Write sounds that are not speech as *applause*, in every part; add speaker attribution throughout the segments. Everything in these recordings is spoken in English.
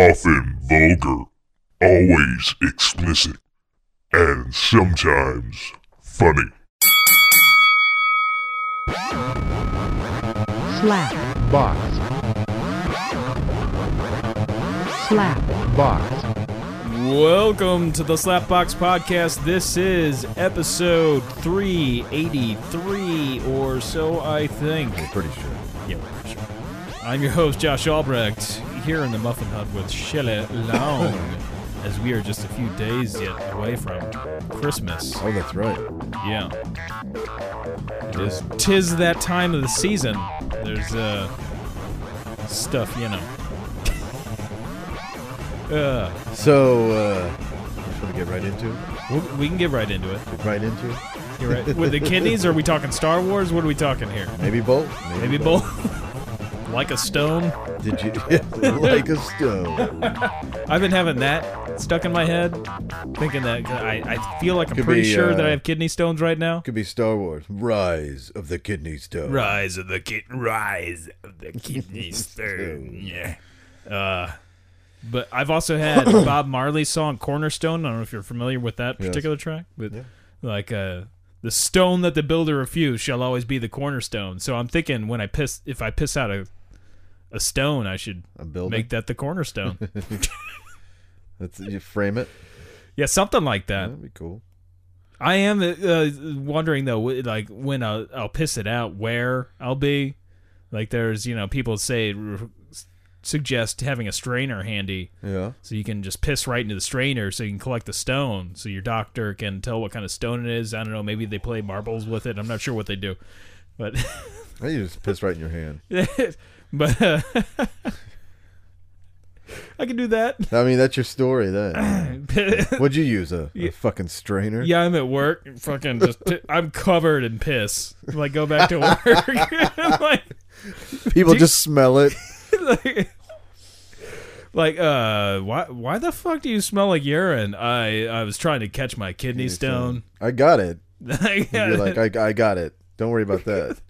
Speaker 1: often vulgar, always explicit, and sometimes funny.
Speaker 2: slap
Speaker 3: box,
Speaker 2: slap
Speaker 3: box.
Speaker 4: Welcome to the Slapbox Podcast. This is episode 383, or so I think.
Speaker 3: Pretty sure.
Speaker 4: Yeah, we're pretty sure. I'm your host, Josh Albrecht, here in the Muffin Hut with Shelley Long, as we are just a few days yet away from Christmas.
Speaker 3: Oh, that's right.
Speaker 4: Yeah. It is. Tis that time of the season. There's uh stuff, you know. uh,
Speaker 3: So, uh, I just want to get right into it.
Speaker 4: we- we can get right into it.
Speaker 3: Get right into it.
Speaker 4: You're right. With the kidneys, are we talking Star Wars? What are we talking here?
Speaker 3: Maybe both.
Speaker 4: Maybe both. *laughs* like a stone.
Speaker 3: Did you *laughs* like a stone?
Speaker 4: I've been having that stuck in my head, thinking that I, I feel like I'm
Speaker 3: Could
Speaker 4: pretty
Speaker 3: be,
Speaker 4: sure
Speaker 3: uh,
Speaker 4: that I have kidney stones right now.
Speaker 3: Could be Star Wars. Rise of the Kidney Stone.
Speaker 4: Rise of the kid, rise of the
Speaker 3: *laughs*
Speaker 4: kidney stone. Yeah. Uh, but I've also had Bob Marley's song "Cornerstone." I don't know if you're familiar with that
Speaker 3: Yes.
Speaker 4: particular track, but
Speaker 3: Yeah.
Speaker 4: like uh, the stone that the builder refused shall always be the cornerstone. So I'm thinking when I piss, if I piss out a a stone, I should
Speaker 3: A building.
Speaker 4: make that the
Speaker 3: *laughs*
Speaker 4: cornerstone.
Speaker 3: That's, you frame it.
Speaker 4: yeah, something like that.
Speaker 3: That'd be cool.
Speaker 4: I am uh, wondering though, wh- like when I'll, I'll piss it out, where I'll be. Like there's, you know, people say r- suggest having a strainer handy
Speaker 3: Yeah.
Speaker 4: so you can just piss right into the strainer so you can collect the stone so your doctor can tell what kind of stone it is. I don't know, maybe they play marbles with it. I'm not sure what they do, but *laughs*
Speaker 3: Now You just piss right in your hand.
Speaker 4: but uh, *laughs* I can do that.
Speaker 3: I mean, that's your story.
Speaker 4: *coughs*
Speaker 3: Then. What'd you use a, a fucking strainer?
Speaker 4: Yeah, I'm at work. Fucking just, pi- I'm covered in piss. Like, go back to work. *laughs* I'm like,
Speaker 3: *laughs* People
Speaker 4: Do-
Speaker 3: just smell it.
Speaker 4: like, like, uh, why, why the fuck do you smell like urine? I, I was trying to catch my *laughs* kidney stone. *laughs*
Speaker 3: I got it.
Speaker 4: Like,
Speaker 3: You're like, I, I got it. Don't worry
Speaker 4: *laughs*
Speaker 3: about that.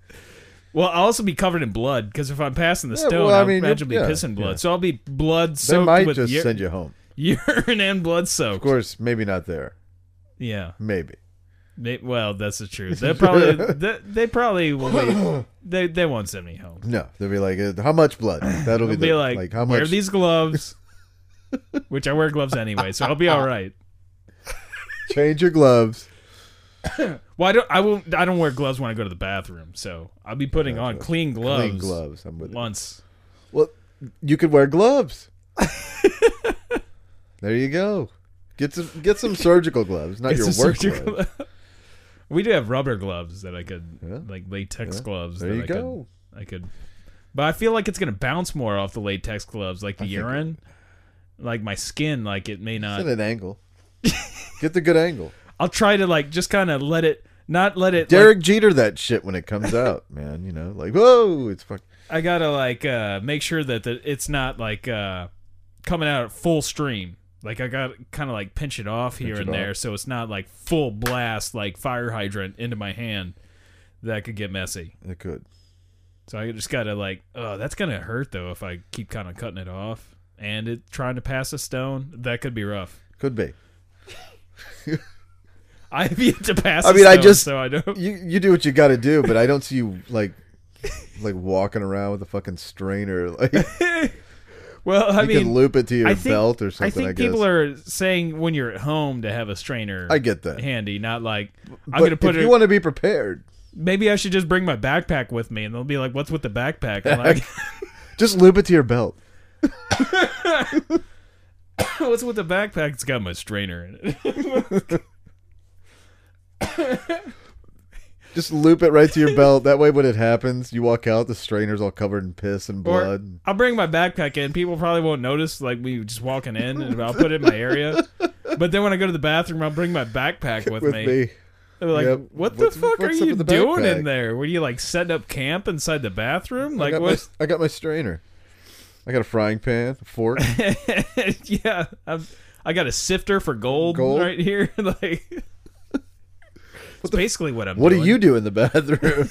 Speaker 4: well, I'll also be covered in blood because if I'm passing the
Speaker 3: Yeah,
Speaker 4: stone,
Speaker 3: well, I
Speaker 4: I'll
Speaker 3: mean,
Speaker 4: imagine be
Speaker 3: yeah,
Speaker 4: pissing blood.
Speaker 3: yeah.
Speaker 4: So I'll be blood
Speaker 3: They
Speaker 4: soaked
Speaker 3: might
Speaker 4: with
Speaker 3: just
Speaker 4: ur-
Speaker 3: send you home.
Speaker 4: *laughs* urine and blood
Speaker 3: Of
Speaker 4: soaked.
Speaker 3: course, maybe not there.
Speaker 4: Yeah.
Speaker 3: Maybe.
Speaker 4: They, well, that's the
Speaker 3: *laughs*
Speaker 4: truth. They probably, they, they probably will be, they, they won't send me home.
Speaker 3: No, they'll be like, uh, how much
Speaker 4: *sighs*
Speaker 3: blood? That'll be,
Speaker 4: I'll be
Speaker 3: the,
Speaker 4: like,
Speaker 3: how
Speaker 4: wear
Speaker 3: much?
Speaker 4: these
Speaker 3: *laughs*
Speaker 4: gloves, which I wear gloves anyway, so I'll be all right.
Speaker 3: Change your gloves.
Speaker 4: Well, I don't. I won't. I don't wear gloves when I go to the bathroom, so I'll be putting on clean gloves.
Speaker 3: Clean gloves. I'm with you.
Speaker 4: Once.
Speaker 3: Well, you could
Speaker 4: *laughs*
Speaker 3: wear gloves. there you go. Get some get some surgical gloves, not
Speaker 4: It's
Speaker 3: your
Speaker 4: a
Speaker 3: work
Speaker 4: surgical-
Speaker 3: gloves.
Speaker 4: *laughs* we do have rubber gloves that I could,
Speaker 3: Yeah.
Speaker 4: like latex
Speaker 3: Yeah.
Speaker 4: gloves.
Speaker 3: There
Speaker 4: that
Speaker 3: you
Speaker 4: I
Speaker 3: go.
Speaker 4: Could, I could, but I feel like it's gonna bounce more off the latex gloves, like the
Speaker 3: think it-
Speaker 4: urine, like my skin. Like it may
Speaker 3: It's
Speaker 4: not.
Speaker 3: at an angle.
Speaker 4: *laughs*
Speaker 3: Get the good angle.
Speaker 4: I'll try to like just kind of let it, not let it. like,
Speaker 3: Derek Jeter that shit when it comes out, man. You know, like whoa, it's fuck.
Speaker 4: I gotta like uh, make sure that the, it's not like uh, coming out at full stream. Like I got kind of like pinch it off here
Speaker 3: Pinch
Speaker 4: and
Speaker 3: it
Speaker 4: there,
Speaker 3: off.
Speaker 4: so it's not like full blast like fire hydrant into my hand. That could get messy.
Speaker 3: It could.
Speaker 4: So I just gotta like, oh, that's gonna hurt though if I keep kind of cutting it off and it trying to pass a stone. That could be rough. *laughs*
Speaker 3: Could be.
Speaker 4: I've yet to pass.
Speaker 3: I
Speaker 4: a
Speaker 3: mean, I
Speaker 4: stone,
Speaker 3: just-
Speaker 4: so I don't.
Speaker 3: You you do what you gotta do, but I don't see you like like walking around with a fucking strainer. Like
Speaker 4: Well, I
Speaker 3: you
Speaker 4: mean,
Speaker 3: can loop it to your
Speaker 4: I think-
Speaker 3: belt or something.
Speaker 4: I think
Speaker 3: guess.
Speaker 4: people are saying when you're at home to have a strainer.
Speaker 3: I get that.
Speaker 4: handy, not like
Speaker 3: But
Speaker 4: I'm gonna put
Speaker 3: if
Speaker 4: it.
Speaker 3: you want to be prepared,
Speaker 4: maybe I should just bring my backpack with me, and they'll be like, "What's with the backpack?" I'm
Speaker 3: *laughs*
Speaker 4: like, *laughs*
Speaker 3: just loop it to your belt.
Speaker 4: "What's with the backpack? It's got my strainer in it." *laughs*
Speaker 3: Just loop it right to your belt. That way, when it happens, you walk out, the strainer's all covered in piss and
Speaker 4: Or
Speaker 3: blood.
Speaker 4: I'll bring my backpack in. People probably won't notice, like me just walking in, and I'll put it in my area. But then when I go to the bathroom, I'll bring my
Speaker 3: *laughs*
Speaker 4: backpack with,
Speaker 3: with
Speaker 4: me.
Speaker 3: me.
Speaker 4: They'll be like,
Speaker 3: Yep.
Speaker 4: "What the
Speaker 3: What's-
Speaker 4: fuck are
Speaker 3: what's up
Speaker 4: you
Speaker 3: with the
Speaker 4: doing
Speaker 3: backpack?"
Speaker 4: in there? Were you like setting up camp inside the bathroom?
Speaker 3: I
Speaker 4: Like
Speaker 3: got,
Speaker 4: what?" *laughs*
Speaker 3: My, I got my strainer. I got a frying pan,
Speaker 4: *laughs*
Speaker 3: a fork.
Speaker 4: yeah, I've, I got a sifter for gold,
Speaker 3: Gold?
Speaker 4: right here. *laughs* like, it's basically what I'm.
Speaker 3: what do
Speaker 4: doing.
Speaker 3: you do *laughs* in the bathroom?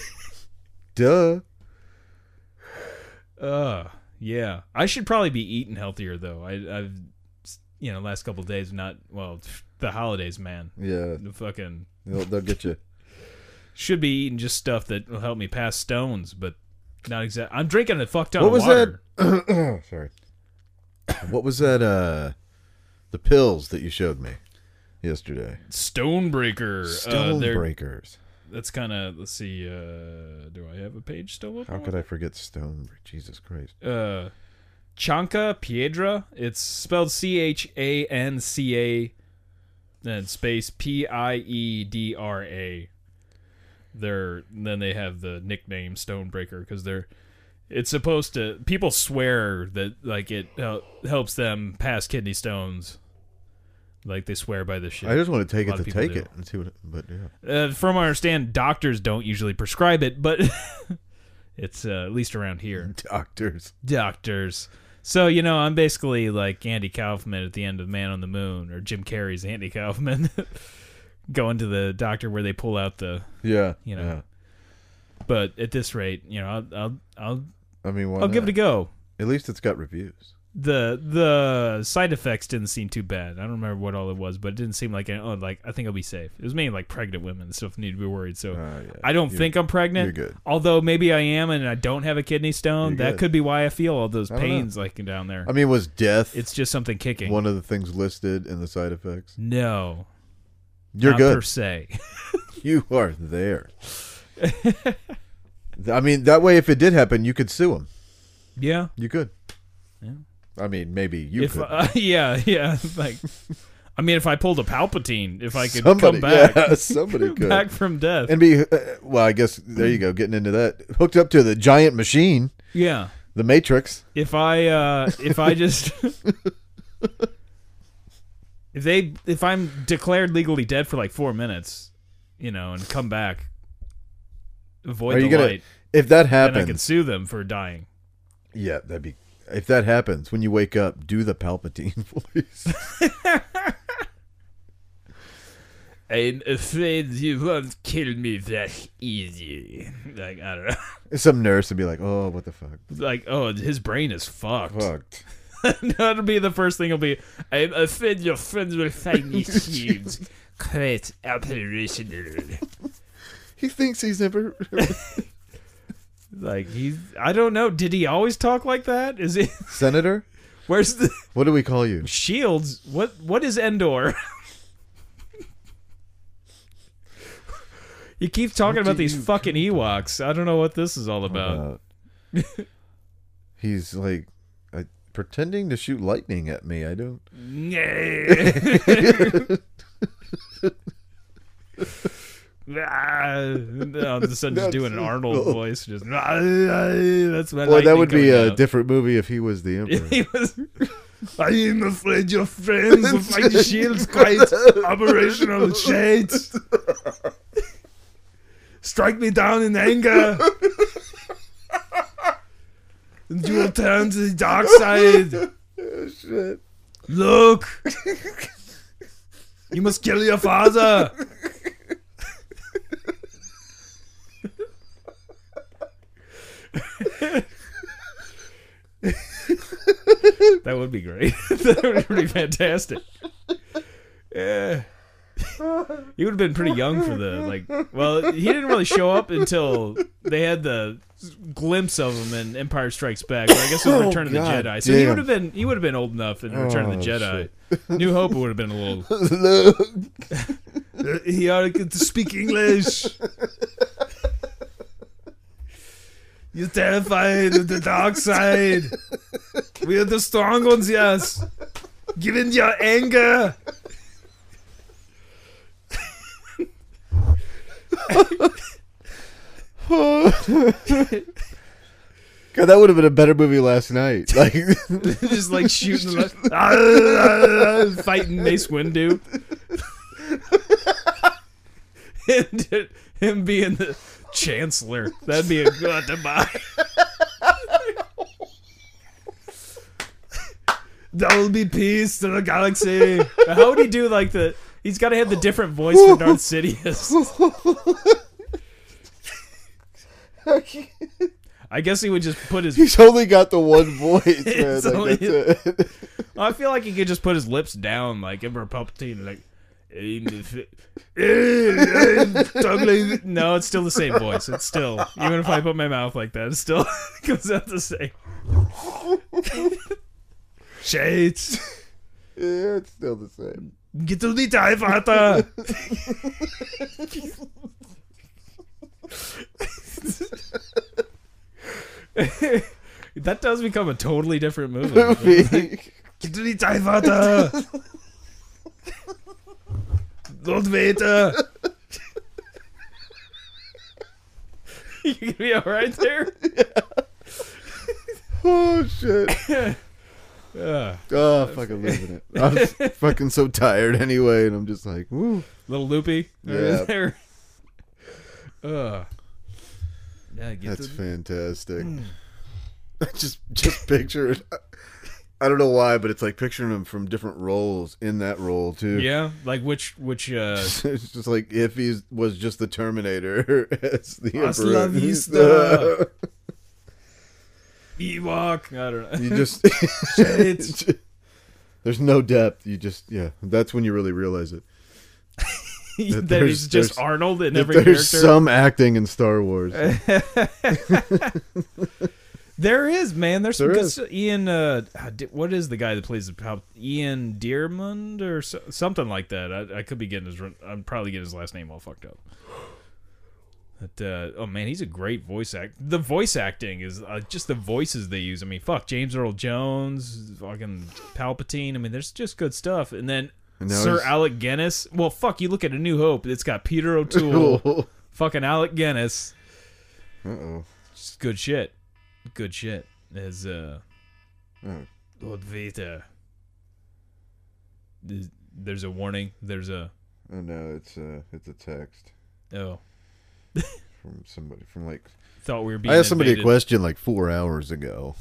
Speaker 3: Duh.
Speaker 4: Uh, Yeah, I should probably be eating healthier though. I, I've, you know, last couple of days not well. *laughs* The holidays, man.
Speaker 3: Yeah,
Speaker 4: The fucking
Speaker 3: they'll, they'll get you. *coughs*
Speaker 4: should be eating just stuff that will help me pass stones, but not exactly. I'm drinking a fuck ton
Speaker 3: What
Speaker 4: of
Speaker 3: was
Speaker 4: water.
Speaker 3: that? Sorry. What was that? Uh, the pills that you showed me yesterday.
Speaker 4: Stonebreaker. uh, they're-
Speaker 3: Stonebreakers.
Speaker 4: that's kind of let's see. Uh, do I have a page still up?
Speaker 3: How could I forget Stonebreak? Jesus Christ.
Speaker 4: uh, Chanca Piedra. It's spelled C H A N C A, then space P I E D R A. They're then they have the nickname Stonebreaker because they're. It's supposed to. People swear that like it hel- helps them pass kidney stones. Like they swear by this shit.
Speaker 3: I just want to take
Speaker 4: A
Speaker 3: it
Speaker 4: lot
Speaker 3: to
Speaker 4: of people
Speaker 3: take
Speaker 4: do.
Speaker 3: it and see what. It, but yeah,
Speaker 4: uh, from what I understand, doctors don't usually prescribe it, but *laughs* it's uh, at least around here
Speaker 3: *laughs* doctors.
Speaker 4: doctors. So you know, I'm basically like Andy Kaufman at the end of Man on the Moon, or Jim Carrey's Andy Kaufman, *laughs* going to the doctor where they pull out the.
Speaker 3: Yeah,
Speaker 4: You know. But at this rate, you know, I'll I'll I'll,
Speaker 3: yeah. I mean, why
Speaker 4: I'll give it
Speaker 3: not?
Speaker 4: a go.
Speaker 3: At least it's got reviews.
Speaker 4: The the side effects didn't seem too bad. I don't remember what all it was, but it didn't seem like oh like I think I'll be safe. It was mainly like pregnant women and stuff need to be worried. So
Speaker 3: Ah, yeah.
Speaker 4: I don't
Speaker 3: You're-
Speaker 4: think I'm pregnant.
Speaker 3: you're good.
Speaker 4: Although maybe I am, and I don't have a kidney stone.
Speaker 3: You're
Speaker 4: that
Speaker 3: good.
Speaker 4: could be why I feel all those
Speaker 3: I don't know.
Speaker 4: pains like down there.
Speaker 3: I mean, was death
Speaker 4: it's just something kicking.
Speaker 3: one of the things listed in the side effects?
Speaker 4: No,
Speaker 3: You're
Speaker 4: not
Speaker 3: good.
Speaker 4: per se.
Speaker 3: *laughs*
Speaker 4: *laughs*
Speaker 3: You are there. I mean, that way, if it did happen, you could sue him.
Speaker 4: yeah,
Speaker 3: You could.
Speaker 4: Yeah.
Speaker 3: I mean, maybe you
Speaker 4: if
Speaker 3: could.
Speaker 4: uh, *laughs* yeah, yeah. Like, I mean, if I pulled a Palpatine, if I could come
Speaker 3: somebody,
Speaker 4: back, *laughs*
Speaker 3: *laughs* yeah, somebody could.
Speaker 4: back from death.
Speaker 3: and be uh, well. I guess there you go. Getting into that, hooked up to the giant machine,
Speaker 4: yeah,
Speaker 3: the Matrix.
Speaker 4: if I uh if I
Speaker 3: *laughs*
Speaker 4: just if they if I'm declared legally dead for like four minutes, you know, and come back, avoid
Speaker 3: Are
Speaker 4: the
Speaker 3: you gonna-
Speaker 4: light,
Speaker 3: If that
Speaker 4: then I can
Speaker 3: happens,
Speaker 4: sue them for dying.
Speaker 3: yeah, that'd be. If that happens, when you wake up, do the Palpatine *laughs* voice.
Speaker 4: I'm afraid you won't kill me that easy. Like I don't know.
Speaker 3: Some nurse would be like, "Oh, what the fuck?
Speaker 4: Like oh, his brain is fucked. *laughs*
Speaker 3: Fucked."
Speaker 4: That'll be the first thing. Will be I'm afraid your friends will find
Speaker 3: *laughs*
Speaker 4: issues. Quite operational.
Speaker 3: He thinks he's never. *laughs*
Speaker 4: Like he's I don't know. Did he always talk like that? Is it? *laughs*
Speaker 3: Senator,
Speaker 4: Where's the
Speaker 3: what do we call you?
Speaker 4: shields? What What is Endor? *laughs* you keep talking
Speaker 3: What
Speaker 4: about
Speaker 3: do
Speaker 4: these
Speaker 3: you-
Speaker 4: fucking Ewoks. I don't know what this is all about.
Speaker 3: Uh, he's like I, pretending to shoot lightning at me. I don't.
Speaker 4: Ah, no, all of a sudden just
Speaker 3: That's
Speaker 4: doing an
Speaker 3: so
Speaker 4: Arnold
Speaker 3: cool.
Speaker 4: voice. Just ah, that's my.
Speaker 3: Well, that
Speaker 4: lightning
Speaker 3: would
Speaker 4: coming
Speaker 3: be a
Speaker 4: out.
Speaker 3: different movie if he was the
Speaker 4: *laughs*
Speaker 3: emperor. *laughs*
Speaker 4: he was. I am afraid your friends will find the shields quite operational shades. Strike me down in anger. And you will turn to the dark side.
Speaker 3: Shit.
Speaker 4: Look. You must kill your father. that would be great. *laughs* that would be pretty fantastic. Yeah. He would have been pretty young for the like. Well, he didn't really show up until they had the glimpse of him in Empire Strikes Back. Or I guess it was
Speaker 3: Oh,
Speaker 4: Return of the
Speaker 3: God
Speaker 4: Jedi. So he
Speaker 3: damn.
Speaker 4: would have been he would have been old enough in Return of the
Speaker 3: Oh,
Speaker 4: Jedi. *laughs* New Hope would have been a little
Speaker 3: Look.
Speaker 4: he ought to speak English. You're terrified of the dark side. We are the strong ones, yes. Give in your anger.
Speaker 3: God, that would have been a better movie
Speaker 4: *laughs*
Speaker 3: last night. Like, *laughs*
Speaker 4: Just like shooting the *laughs* left. Fighting Mace *laughs* Windu. him, him being the chancellor. That'd be a good goodbye. *laughs* There will be peace to the galaxy. How would he do like the? He's got to have the different voice for Darth Sidious. I guess he would just put his.
Speaker 3: He's only got the one voice, man.
Speaker 4: It's
Speaker 3: Like, that's it. *laughs*
Speaker 4: I feel like he could just put his lips down like Emperor Palpatine, like. "I'm the fi- *laughs* I'm totally-" no, it's still the same voice. It's still even if I put my mouth like that, it still *laughs* comes out the same. *laughs* Shades.
Speaker 3: yeah, it's still the same.
Speaker 4: Get to the dive, Arthur. *laughs* that does become a totally different movie. Get to the dive, Arthur. Lord Vader. you gonna be all right there?
Speaker 3: *laughs*
Speaker 4: *laughs*
Speaker 3: oh shit!
Speaker 4: Uh,
Speaker 3: Oh, fucking losing it.
Speaker 4: *laughs*
Speaker 3: I'm s- fucking so tired anyway, and I'm just like, woo.
Speaker 4: little loopy.
Speaker 3: Yeah.
Speaker 4: There. Uh, yeah, get
Speaker 3: That's
Speaker 4: to-
Speaker 3: fantastic.
Speaker 4: Mm.
Speaker 3: *laughs* just just picture it. I don't know why, but it's like picturing him from different roles in that role too.
Speaker 4: Yeah, like which which uh
Speaker 3: *laughs* it's just like if he was just the Terminator *laughs* as the
Speaker 4: Hasta
Speaker 3: Emperor.
Speaker 4: la vista. Ewok. I don't know. *laughs*
Speaker 3: *laughs* you just
Speaker 4: Shades.
Speaker 3: *laughs* there's no depth. You just yeah. That's when you really realize it.
Speaker 4: that
Speaker 3: there's-
Speaker 4: is just
Speaker 3: there's-
Speaker 4: Arnold in
Speaker 3: If
Speaker 4: every
Speaker 3: there's
Speaker 4: character.
Speaker 3: some acting in
Speaker 4: *laughs*
Speaker 3: Star Wars.
Speaker 4: there is man. There's some
Speaker 3: There
Speaker 4: good
Speaker 3: is.
Speaker 4: stu- Ian. Uh, ah, di- what is the guy that plays the pal- Ian Dearmond or so, something like that? I, I could be getting his. run- I'm probably getting his last name all fucked up. But uh, oh man, he's a great voice act. The voice acting is uh, just the voices they use. I mean, fuck James Earl Jones, fucking Palpatine. I mean, there's just good stuff. And then
Speaker 3: And now
Speaker 4: Sir
Speaker 3: he's-
Speaker 4: Alec Guinness. Well, fuck. You look at A New Hope. It's got Peter
Speaker 3: *laughs*
Speaker 4: O'Toole,
Speaker 3: Cool.
Speaker 4: fucking Alec Guinness.
Speaker 3: Uh-oh.
Speaker 4: It's good shit. Good shit. As uh,
Speaker 3: Oh.
Speaker 4: Lord Vader. There's- uh, There's a warning. There's a
Speaker 3: Oh no, it's uh it's a text
Speaker 4: oh.
Speaker 3: from somebody from like
Speaker 4: Thought we were being.
Speaker 3: I asked somebody a
Speaker 4: invaded.
Speaker 3: question like four hours ago,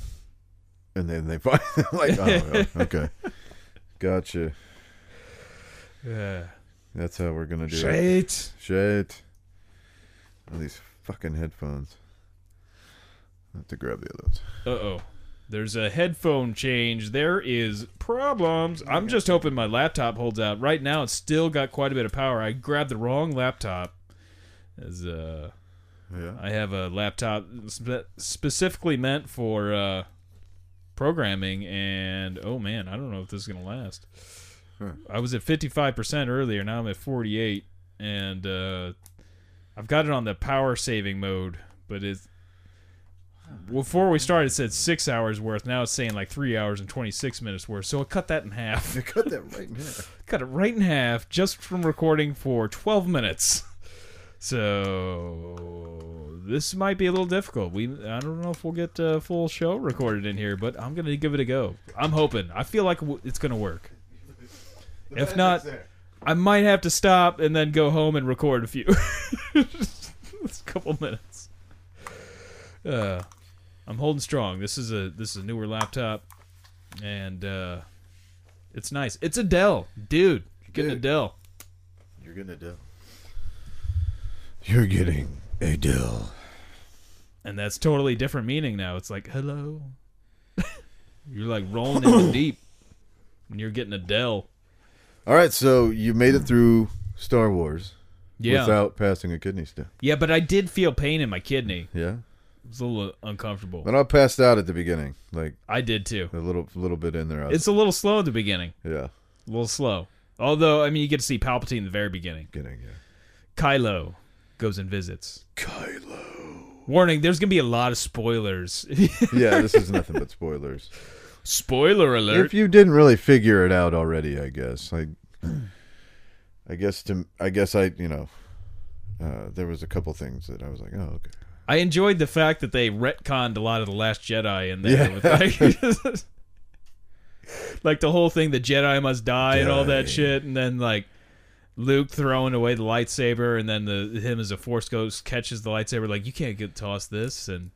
Speaker 3: and then they *laughs* find like,
Speaker 4: *laughs*
Speaker 3: oh, yeah, okay, gotcha.
Speaker 4: Yeah.
Speaker 3: That's how we're gonna do it.
Speaker 4: Shit.
Speaker 3: Shit. All these fucking headphones. I have to grab the other ones.
Speaker 4: Uh oh. There's a headphone change. There is problems. I'm just hoping my laptop holds out. Right now, it's still got quite a bit of power. I grabbed the wrong laptop. As uh.
Speaker 3: Yeah.
Speaker 4: I have a laptop spe- specifically meant for uh, programming, and oh man, I don't know if this is gonna last.
Speaker 3: Huh.
Speaker 4: I was at fifty five percent earlier. Now I'm at forty eight, and uh, I've got it on the power saving mode. But it's before we started, it said six hours worth. Now it's saying like three hours and twenty six minutes worth. So I cut that in half.
Speaker 3: I *laughs* cut that right now.
Speaker 4: Cut it right in half just from recording for 12 minutes. So this might be a little difficult. We I don't know if we'll get a full show recorded in here, but I'm gonna give it a go. I'm hoping. I feel like w- it's gonna work. If not, I might have to stop and then go home and record a few. *laughs* It's a couple minutes. Uh, I'm holding strong. This is a this is a newer laptop, and uh, it's nice. It's a Dell, dude. You're getting a
Speaker 3: Dude.
Speaker 4: Dell.
Speaker 3: You're gonna do. You're getting a deal.
Speaker 4: and that's totally different meaning now. It's like hello. you're like rolling in *coughs* the deep, and you're getting a Dell.
Speaker 3: All right, so you made it through Star Wars
Speaker 4: Yeah,
Speaker 3: without passing a kidney stone.
Speaker 4: yeah, but I did feel pain in my kidney.
Speaker 3: Yeah.
Speaker 4: It was a little uncomfortable.
Speaker 3: But I passed out at the beginning, like
Speaker 4: I did too.
Speaker 3: a little little bit in there. I was-
Speaker 4: It's a little slow at the beginning,
Speaker 3: yeah,
Speaker 4: a little slow. Although, I mean, you get to see Palpatine at the very beginning.
Speaker 3: getting yeah.
Speaker 4: Kylo goes and visits.
Speaker 3: Kylo.
Speaker 4: Warning, there's going to be a lot of spoilers. *laughs*
Speaker 3: Yeah, this is nothing but spoilers.
Speaker 4: Spoiler alert.
Speaker 3: If you didn't really figure it out already, I guess. I, *clears throat* I guess to I guess I you know, uh, there was a couple things that I was like, oh okay.
Speaker 4: I enjoyed the fact that they retconned a lot of The Last Jedi in there.
Speaker 3: Yeah.
Speaker 4: With like, *laughs* like the whole thing, the Jedi must die and all that
Speaker 3: Die.
Speaker 4: shit. And then, like, Luke throwing away the lightsaber, and then the him as a Force Ghost catches the lightsaber, like, you can't get toss this. And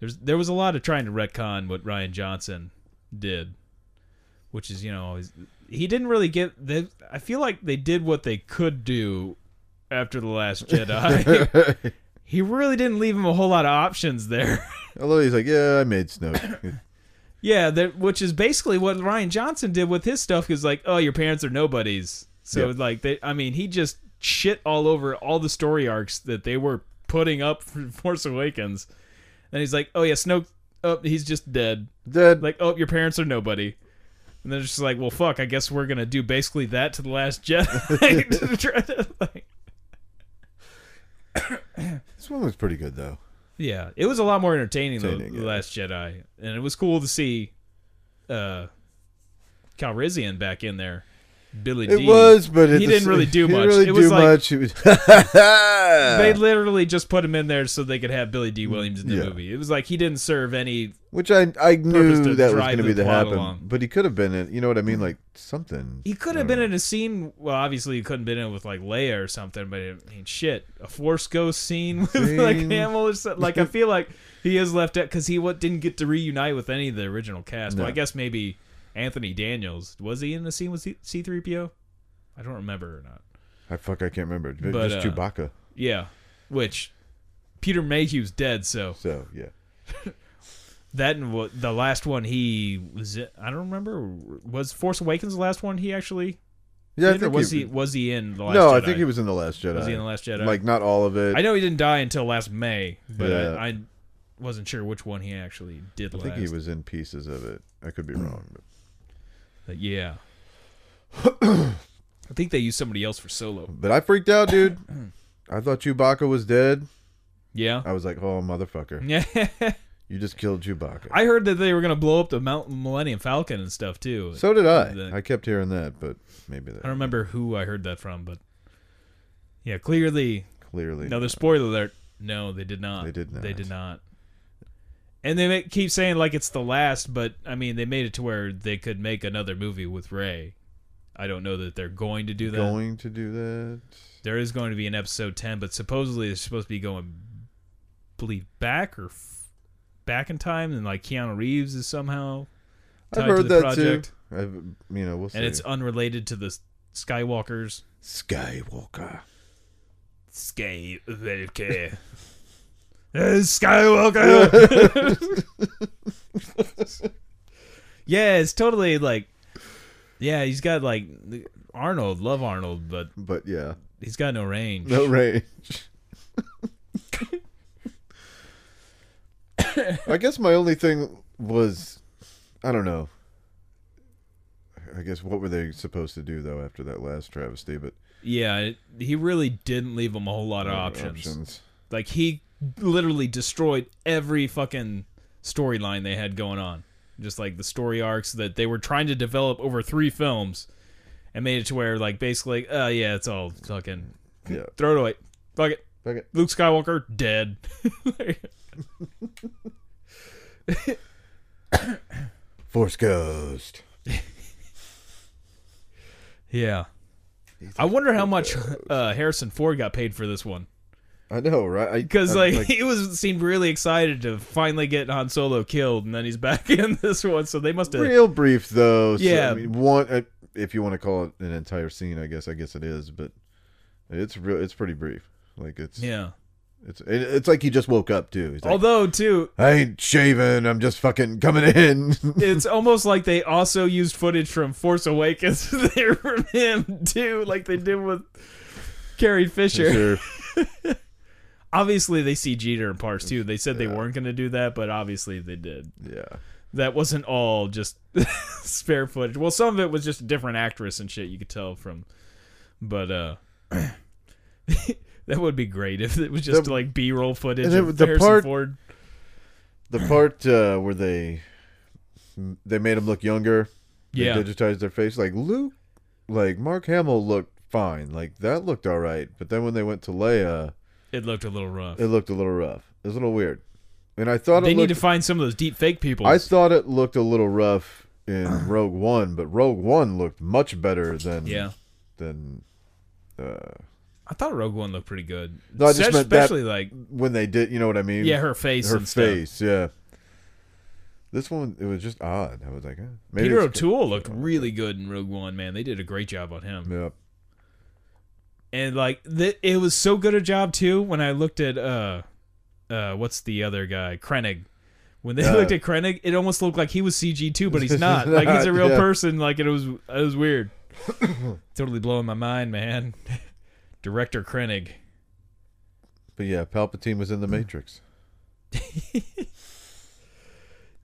Speaker 4: there's there was a lot of trying to retcon what Ryan Johnson did, which is, you know, always. He didn't really get. They, I feel like they did what they could do *laughs* after the Last Jedi. he really didn't leave him a whole lot of options there.
Speaker 3: Although he's like, yeah, I
Speaker 4: *laughs*
Speaker 3: made Snoke.
Speaker 4: Yeah, that which is basically what Ryan Johnson did with his stuff is like, oh, your parents are nobodies. So
Speaker 3: Yeah.
Speaker 4: like they I mean, he just shit all over all the story arcs that they were putting up *laughs* for Force Awakens. And he's like, "Oh yeah, Snoke, oh, he's just dead."
Speaker 3: Dad,
Speaker 4: Like, "Oh, your parents are nobody." And they're just like, "Well, fuck, I guess we're going to do basically that to the last Jedi." *laughs* To try to, like-
Speaker 3: this one was pretty good though.
Speaker 4: Yeah, it was a lot more entertaining than
Speaker 3: Entertaining,
Speaker 4: The
Speaker 3: yeah.
Speaker 4: Last Jedi, and it was cool to see uh, Calrissian back in there. Billy
Speaker 3: It
Speaker 4: D.
Speaker 3: was, but
Speaker 4: he
Speaker 3: at the
Speaker 4: didn't
Speaker 3: sa-
Speaker 4: really do
Speaker 3: *laughs* he
Speaker 4: much.
Speaker 3: didn't really
Speaker 4: it was
Speaker 3: do
Speaker 4: like
Speaker 3: much. He was- *laughs*
Speaker 4: they literally just put him in there so they could have Billy D. Williams in the
Speaker 3: Yeah.
Speaker 4: movie. It was like he didn't serve any.
Speaker 3: Which I I knew
Speaker 4: to
Speaker 3: that was
Speaker 4: drive
Speaker 3: going to
Speaker 4: the
Speaker 3: be the
Speaker 4: plot
Speaker 3: happen,
Speaker 4: along.
Speaker 3: but he could have been in. You know what I mean? Like something.
Speaker 4: He could have been in a scene. Well, obviously he couldn't been in with like Leia or something. But I mean, shit, a Force Ghost scene *laughs* with like
Speaker 3: Scene.
Speaker 4: Hamill or something.
Speaker 3: *laughs*
Speaker 4: Like I feel like he is left out because he what didn't get to reunite with any of the original cast. Well,
Speaker 3: No.
Speaker 4: I guess maybe Anthony Daniels was he in the scene with C three PO? I don't remember or not.
Speaker 3: I fuck. I can't remember. Just
Speaker 4: But, uh,
Speaker 3: Chewbacca.
Speaker 4: Yeah, which Peter Mayhew's dead, so
Speaker 3: So yeah.
Speaker 4: That and what the last one he was it, I don't remember was Force Awakens the last one he actually
Speaker 3: Yeah,
Speaker 4: did, or was he, was he in the last
Speaker 3: no,
Speaker 4: Jedi?
Speaker 3: I think he was in the Last Jedi.
Speaker 4: he in The Last Jedi?
Speaker 3: Like not all of it.
Speaker 4: I know he didn't die until last May, but
Speaker 3: Yeah.
Speaker 4: I, I wasn't sure which one he actually did
Speaker 3: I
Speaker 4: last.
Speaker 3: think he was in pieces of it. I could be wrong. But.
Speaker 4: But
Speaker 3: *coughs*
Speaker 4: yeah. I think they used somebody else for solo.
Speaker 3: But I freaked out, dude. I thought Chewbacca was dead.
Speaker 4: Yeah.
Speaker 3: I was like, oh, motherfucker.
Speaker 4: *laughs* Yeah.
Speaker 3: You just killed Chewbacca.
Speaker 4: I heard that they were gonna blow up the Mount Millennium Falcon and stuff too.
Speaker 3: so did I.
Speaker 4: The-
Speaker 3: I kept hearing that, but maybe that
Speaker 4: I don't remember who I heard that from, but yeah, clearly
Speaker 3: clearly.
Speaker 4: Another spoiler alert. No, they did not.
Speaker 3: They did not.
Speaker 4: They did not. And they make, keep saying like it's the last, but I mean they made it to where they could make another movie with Ray. I don't know that they're going to do that.
Speaker 3: going to do that.
Speaker 4: There is going to be an episode ten, but supposedly it's supposed to be going, believe back or f- back in time, and like Keanu Reeves is somehow tied
Speaker 3: I've
Speaker 4: to
Speaker 3: heard
Speaker 4: the
Speaker 3: that
Speaker 4: project,
Speaker 3: too. I've, you know, we'll see.
Speaker 4: and it's unrelated to the S- Skywalkers.
Speaker 3: Skywalker.
Speaker 4: Skywalker. Skywalker. *laughs* yeah, it's totally like. Yeah, he's got like Arnold. Love Arnold, but
Speaker 3: But yeah,
Speaker 4: he's got no range.
Speaker 3: no range. I guess my only thing was, I don't know. I guess what were they supposed to do though after that last travesty? But uh,
Speaker 4: Yeah, it- he really didn't leave him a whole lot of options. Like he literally destroyed every fucking storyline they had going on. Just like the story arcs that they were trying to develop over three films and made it to where like basically, oh yeah, it's all fucking
Speaker 3: Yeah.
Speaker 4: throw it away. Fuck it.
Speaker 3: Hmm. Fuck it.
Speaker 4: Luke Skywalker dead. *laughs*
Speaker 3: Force Ghost.
Speaker 4: yeah. I wonder how much uh, Harrison Ford got paid for this one.
Speaker 3: I know, right?
Speaker 4: Because
Speaker 3: I-
Speaker 4: like, *laughs* he was seemed really excited to finally get Han Solo killed, and then he's *laughs* back in this one. So they must have
Speaker 3: real brief though. so,
Speaker 4: Yeah.
Speaker 3: I mean, one uh, if you want to call it an entire scene, I guess I guess it is, but it's real. It's pretty brief. Like it's
Speaker 4: yeah.
Speaker 3: it's it, it's like he just woke up too. He's like,
Speaker 4: Although too,
Speaker 3: I ain't shaving. I'm just fucking coming in. *laughs*
Speaker 4: it's almost like they also used footage from Force Awakens *laughs* there from him too, like they did with Carrie Fisher. *laughs*
Speaker 3: Sure.
Speaker 4: Obviously, they see Jeter in parts too. They said they weren't going to do that, but obviously they did.
Speaker 3: Yeah.
Speaker 4: That wasn't all just *laughs* spare footage. Well, some of it was just a different actress and shit. You could tell from, but uh. *laughs* That would be great if it was just
Speaker 3: The-
Speaker 4: like B-roll footage
Speaker 3: and it-
Speaker 4: of
Speaker 3: the
Speaker 4: Harrison
Speaker 3: part-
Speaker 4: Ford.
Speaker 3: The part uh, where they they made him look younger. They
Speaker 4: Yeah,
Speaker 3: digitized their face. Like Luke, like Mark Hamill looked fine. Like that looked all right. But then when they went to Leia,
Speaker 4: it looked a little rough.
Speaker 3: it looked a little rough. It was a little weird. And I thought
Speaker 4: They
Speaker 3: it
Speaker 4: need
Speaker 3: looked,
Speaker 4: to find some of those deep fake people.
Speaker 3: I thought it looked a little rough in Rogue One, but Rogue One looked much better than
Speaker 4: yeah,
Speaker 3: than uh,
Speaker 4: I thought Rogue One looked pretty good.
Speaker 3: No, I just
Speaker 4: Especially-
Speaker 3: meant that-
Speaker 4: especially like
Speaker 3: when they did. You know what I mean?
Speaker 4: yeah, her face
Speaker 3: her
Speaker 4: and stuff.
Speaker 3: face. Yeah. This one, it was just odd. I was like, eh, maybe
Speaker 4: Peter
Speaker 3: it's-
Speaker 4: O'Toole looked really good in Rogue One, man. They did a great job on him.
Speaker 3: Yeah.
Speaker 4: And like th- it was so good a job too when I looked at uh uh what's the other guy? Krennic. When they *laughs* looked at Krennic, it almost looked like he was CG too, but he's
Speaker 3: *laughs*
Speaker 4: not. Like he's a real
Speaker 3: Yeah.
Speaker 4: person. Like it was, it was weird. *coughs* totally blowing my mind, man. *laughs* Director Krennic.
Speaker 3: But yeah, Palpatine was in
Speaker 4: Mm-hmm.
Speaker 3: the Matrix.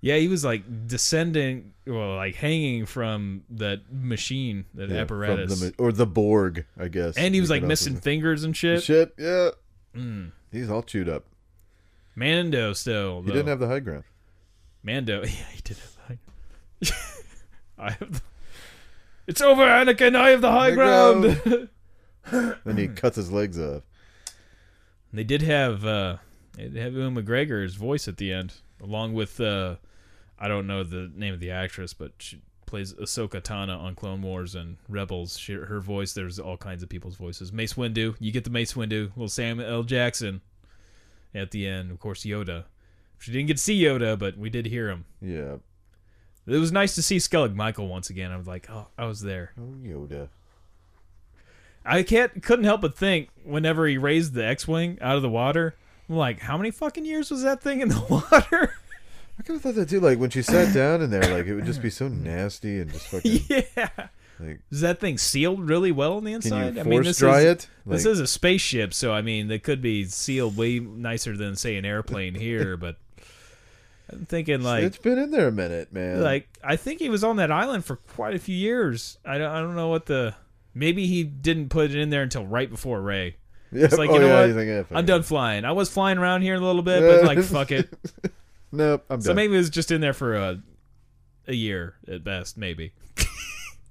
Speaker 4: Yeah, he was like descending, well, like hanging from that machine, that
Speaker 3: Yeah, from
Speaker 4: apparatus,
Speaker 3: the Ma- or the Borg, I guess.
Speaker 4: and he was
Speaker 3: You
Speaker 4: like
Speaker 3: could also-
Speaker 4: missing fingers and shit.
Speaker 3: Shit, yeah.
Speaker 4: Mm.
Speaker 3: He's all chewed up.
Speaker 4: Mando still.
Speaker 3: He didn't have the high ground.
Speaker 4: Mando. *laughs* Yeah, he did have the high. *laughs* I have. The... It's over, Anakin. I have the high
Speaker 3: High
Speaker 4: ground. *laughs*
Speaker 3: ground. Then he
Speaker 4: Mm.
Speaker 3: cuts his legs off.
Speaker 4: they did have uh, they did have Ewan McGregor's voice at the end, along with uh, I don't know the name of the actress, but she plays Ahsoka Tana on Clone Wars and Rebels. She, her voice. There's all kinds of people's voices. Mace Windu. You get the Mace Windu. Little Samuel L. Jackson. At the end, of course, Yoda. She didn't get to see Yoda, but we did hear him.
Speaker 3: Yeah.
Speaker 4: It was nice to see Skellig Michael once again. I was like, oh, I was there.
Speaker 3: Oh, Yoda.
Speaker 4: I can't couldn't help but think whenever he raised the X-wing out of the water, I'm like, how many fucking years was that thing in the *laughs* water?
Speaker 3: I kind of thought that too. Like when
Speaker 4: *laughs*
Speaker 3: she sat down in there, like it would just be so
Speaker 4: Mm.
Speaker 3: nasty and just fucking.
Speaker 4: yeah.
Speaker 3: Like,
Speaker 4: Is that thing sealed really well on the
Speaker 3: can
Speaker 4: inside?
Speaker 3: you
Speaker 4: I
Speaker 3: force
Speaker 4: mean, this
Speaker 3: dry
Speaker 4: is
Speaker 3: it?
Speaker 4: this
Speaker 3: Like,
Speaker 4: is a spaceship, so I mean, they could be sealed way nicer than say an airplane
Speaker 3: *laughs*
Speaker 4: here, but I'm thinking like
Speaker 3: it's been in there a minute, man.
Speaker 4: like I think he was on that island for quite a few years. I don't, I don't know what the maybe he didn't put it in there until right before Ray.
Speaker 3: yeah,
Speaker 4: It's like
Speaker 3: oh,
Speaker 4: you know
Speaker 3: yeah,
Speaker 4: what?
Speaker 3: he's like, yeah, fuck
Speaker 4: I'm
Speaker 3: it.
Speaker 4: done flying. I was flying around here a little bit, but like fuck
Speaker 3: *laughs*
Speaker 4: it.
Speaker 3: Nope, I'm
Speaker 4: So
Speaker 3: done.
Speaker 4: maybe it was just in there for a a year at best, maybe.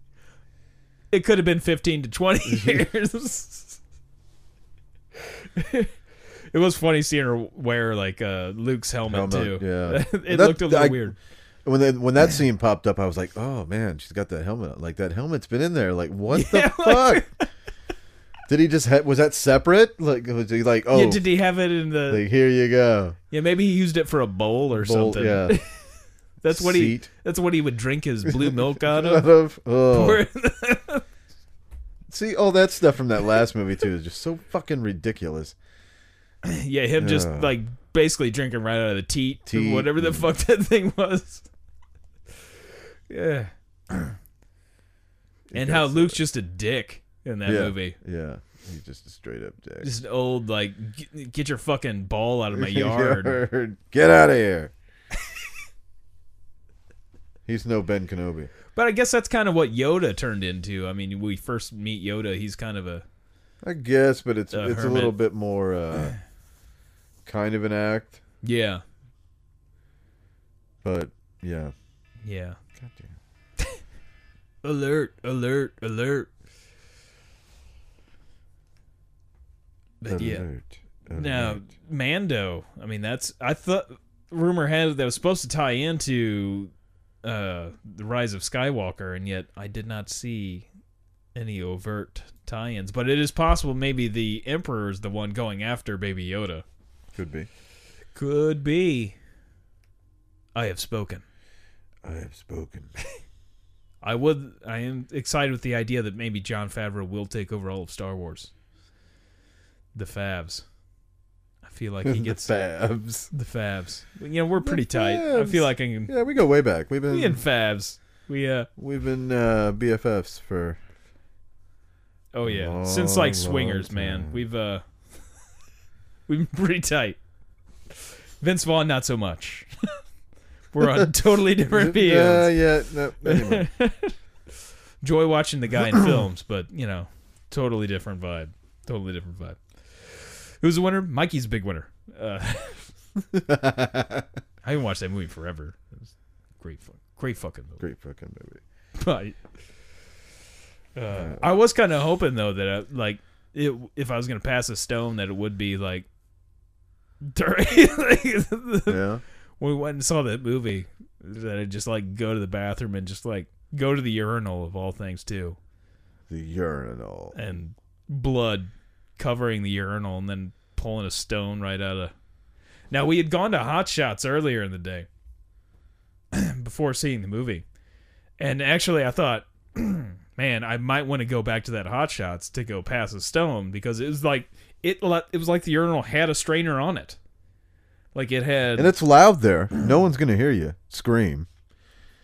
Speaker 4: *laughs* it could have been 15 to 20
Speaker 3: *laughs*
Speaker 4: years. it was funny seeing her wear like uh, Luke's helmet,
Speaker 3: Helmet,
Speaker 4: too.
Speaker 3: yeah.
Speaker 4: *laughs* it
Speaker 3: That-
Speaker 4: looked a little
Speaker 3: I-
Speaker 4: weird.
Speaker 3: when that when that scene popped up, I was like, "Oh man, she's got that helmet. on." Like that helmet's been in there. Like what
Speaker 4: *laughs* Yeah,
Speaker 3: the
Speaker 4: like-
Speaker 3: fuck? Did he just ha- was that separate? Like was he like oh
Speaker 4: yeah, did he have it in the
Speaker 3: like here you go
Speaker 4: Yeah, maybe he used it for a bowl or
Speaker 3: Bolt,
Speaker 4: something.
Speaker 3: yeah
Speaker 4: That's what
Speaker 3: Seat.
Speaker 4: he that's what he would drink his blue milk *laughs*
Speaker 3: *laughs*
Speaker 4: out
Speaker 3: out
Speaker 4: of.
Speaker 3: of oh.
Speaker 4: Where-
Speaker 3: see all that stuff from that last movie too is just so fucking ridiculous.
Speaker 4: yeah, him just
Speaker 3: Yeah.
Speaker 4: like basically drinking right out of the teat,
Speaker 3: Teat,
Speaker 4: whatever the
Speaker 3: mm.
Speaker 4: fuck that thing was. yeah. and how
Speaker 3: goes,
Speaker 4: Luke's just a dick in that
Speaker 3: yeah
Speaker 4: movie.
Speaker 3: yeah he's just a straight up dick. *laughs*
Speaker 4: Just an old like "G- get your fucking ball out of my yard.
Speaker 3: Yard. Get out of here. *laughs* he's no Ben Kenobi.
Speaker 4: but I guess that's kind of what Yoda turned into. I mean, we first meet Yoda, he's kind of a
Speaker 3: I guess, but it's
Speaker 4: A
Speaker 3: it's a
Speaker 4: hermit.
Speaker 3: little bit more uh, kind of an act,
Speaker 4: yeah,
Speaker 3: but yeah.
Speaker 4: yeah.
Speaker 3: God damn.
Speaker 4: Alert, alert, alert. But yeah.
Speaker 3: Alert,
Speaker 4: Now,
Speaker 3: alert.
Speaker 4: Mando. I mean, that's I thought rumor had it that was supposed to tie into uh the rise of Skywalker, and yet I did not see any overt tie-ins. But it is possible maybe the Emperor is the one going after Baby Yoda.
Speaker 3: could be.
Speaker 4: Could be. I have spoken.
Speaker 3: I have spoken.
Speaker 4: I would. I am excited with the idea that maybe John Favreau will take over all of Star Wars. The Favs. I feel like *laughs* he
Speaker 3: *laughs* The
Speaker 4: gets
Speaker 3: Fabs.
Speaker 4: The Fabs. You know, we're pretty tight. I
Speaker 3: Fabs.
Speaker 4: feel like I can.
Speaker 3: Yeah, we go way back. We've
Speaker 4: We in
Speaker 3: been
Speaker 4: Fabs. We uh
Speaker 3: we've been uh, BFFs for
Speaker 4: oh yeah.
Speaker 3: Long,
Speaker 4: Since like
Speaker 3: long
Speaker 4: swingers, man.
Speaker 3: time.
Speaker 4: We've uh *laughs* we've been pretty tight. Vince Vaughn, not so much. *laughs* we're on totally different
Speaker 3: *laughs* Yeah,
Speaker 4: fields.
Speaker 3: Uh, yeah. No, anyway.
Speaker 4: Joy watching the guy in films, but you know, totally different vibe. Totally different vibe. Who's the winner? Mikey's a big winner. Uh, *laughs* I haven't watched that movie forever. It was great, fu- great fucking movie.
Speaker 3: *laughs* Great fucking
Speaker 4: *laughs*
Speaker 3: movie.
Speaker 4: Right. Uh, I was kind of hoping though that I, like it, if I was gonna pass a stone, that it would be like *laughs* during like,
Speaker 3: Yeah.
Speaker 4: when we went and saw that movie that I just like go to the bathroom and just like go to the urinal of all things too,
Speaker 3: The urinal.
Speaker 4: and blood covering the urinal and then pulling a stone right out of. Now we had gone to Hot Shots earlier in the day *clears throat* before seeing the movie. And actually, I thought, *clears throat* man, I might want to go back to that Hot Shots to go pass a stone because it was like it. le- It was like the urinal had a strainer on it. Like it had,
Speaker 3: And it's loud there. No one's gonna hear you
Speaker 4: *laughs*
Speaker 3: scream.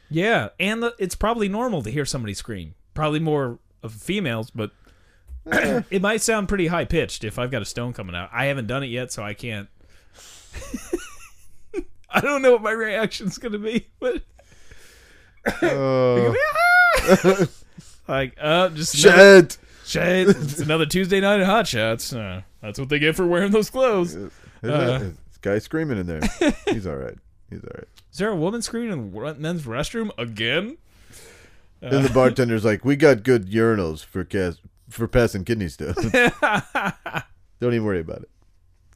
Speaker 4: yeah, and the, it's probably normal to hear somebody scream. Probably more of females, but *clears throat* it might sound pretty high pitched if I've got a stone coming out. I haven't done it yet, so I can't. *laughs* I don't know what my reaction's gonna be, *laughs* but
Speaker 3: Uh,
Speaker 4: like, uh, just another-
Speaker 3: shit.
Speaker 4: Shit, it's another Tuesday night at Hot Shots. Uh, that's what they get for wearing those clothes. Is Uh.
Speaker 3: There's a guy
Speaker 4: *laughs*
Speaker 3: screaming in there. He's all right. He's all right.
Speaker 4: there a woman screaming in the ru- men's restroom again?
Speaker 3: Then the bartender's like, "We got good urinals for cas- for passing
Speaker 4: *laughs*
Speaker 3: kidney stones. Don't even worry about it.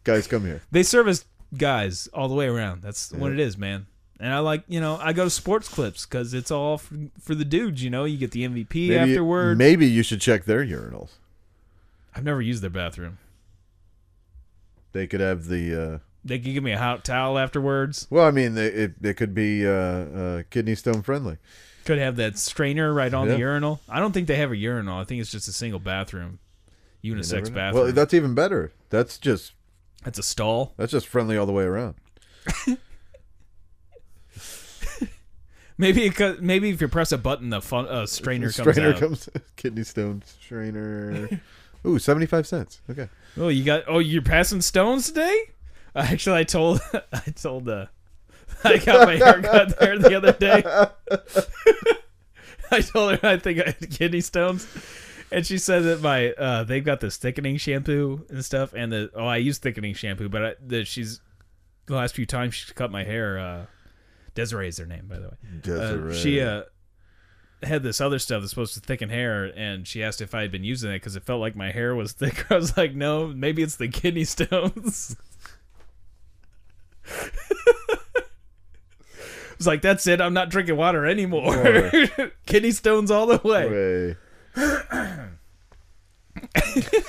Speaker 3: Guys, come here.
Speaker 4: They service guys all the way around. That's what it is, man. And I like, you know, I go to sports clips because it's all for, for the dudes. You know, you get the MVP
Speaker 3: Maybe-
Speaker 4: afterward.
Speaker 3: maybe you should check their urinals.
Speaker 4: I've never used their bathroom.
Speaker 3: They could have the. Uh,
Speaker 4: They can give me a hot towel afterwards.
Speaker 3: well, I mean, they, it it could be uh, uh, kidney stone friendly.
Speaker 4: Could have that strainer right on
Speaker 3: Yeah.
Speaker 4: the urinal. I don't think they have a urinal. I think it's just a single bathroom,
Speaker 3: You never
Speaker 4: unisex
Speaker 3: know.
Speaker 4: bathroom.
Speaker 3: Well, that's even better. That's just
Speaker 4: that's a stall.
Speaker 3: that's just friendly all the way around.
Speaker 4: Maybe it co- maybe if you press a button, the fun- uh,
Speaker 3: *laughs*
Speaker 4: strainer,
Speaker 3: strainer
Speaker 4: comes out.
Speaker 3: comes kidney stone strainer. Ooh, seventy five cents. Okay.
Speaker 4: oh, you got oh, you're passing stones today. Uh, Actually, I told *laughs* I told uh, I got my haircut there the other day. *laughs* I told her I think I had kidney stones, and she said that my uh, they've got this thickening shampoo and stuff, and the oh, I use thickening shampoo, but I, the, she's the last few times she cut my hair. Uh, Desiree is her name, by the way. uh,
Speaker 3: Desiree.
Speaker 4: she uh, had this other stuff that's supposed to thicken hair, and she asked if I had been using it because it felt like my hair was *laughs* thicker. I was like, no, maybe it's the kidney stones. *laughs* I was like, that's it. I'm not drinking water anymore. *laughs* kidney stones all the way.
Speaker 3: Hooray.
Speaker 4: *laughs*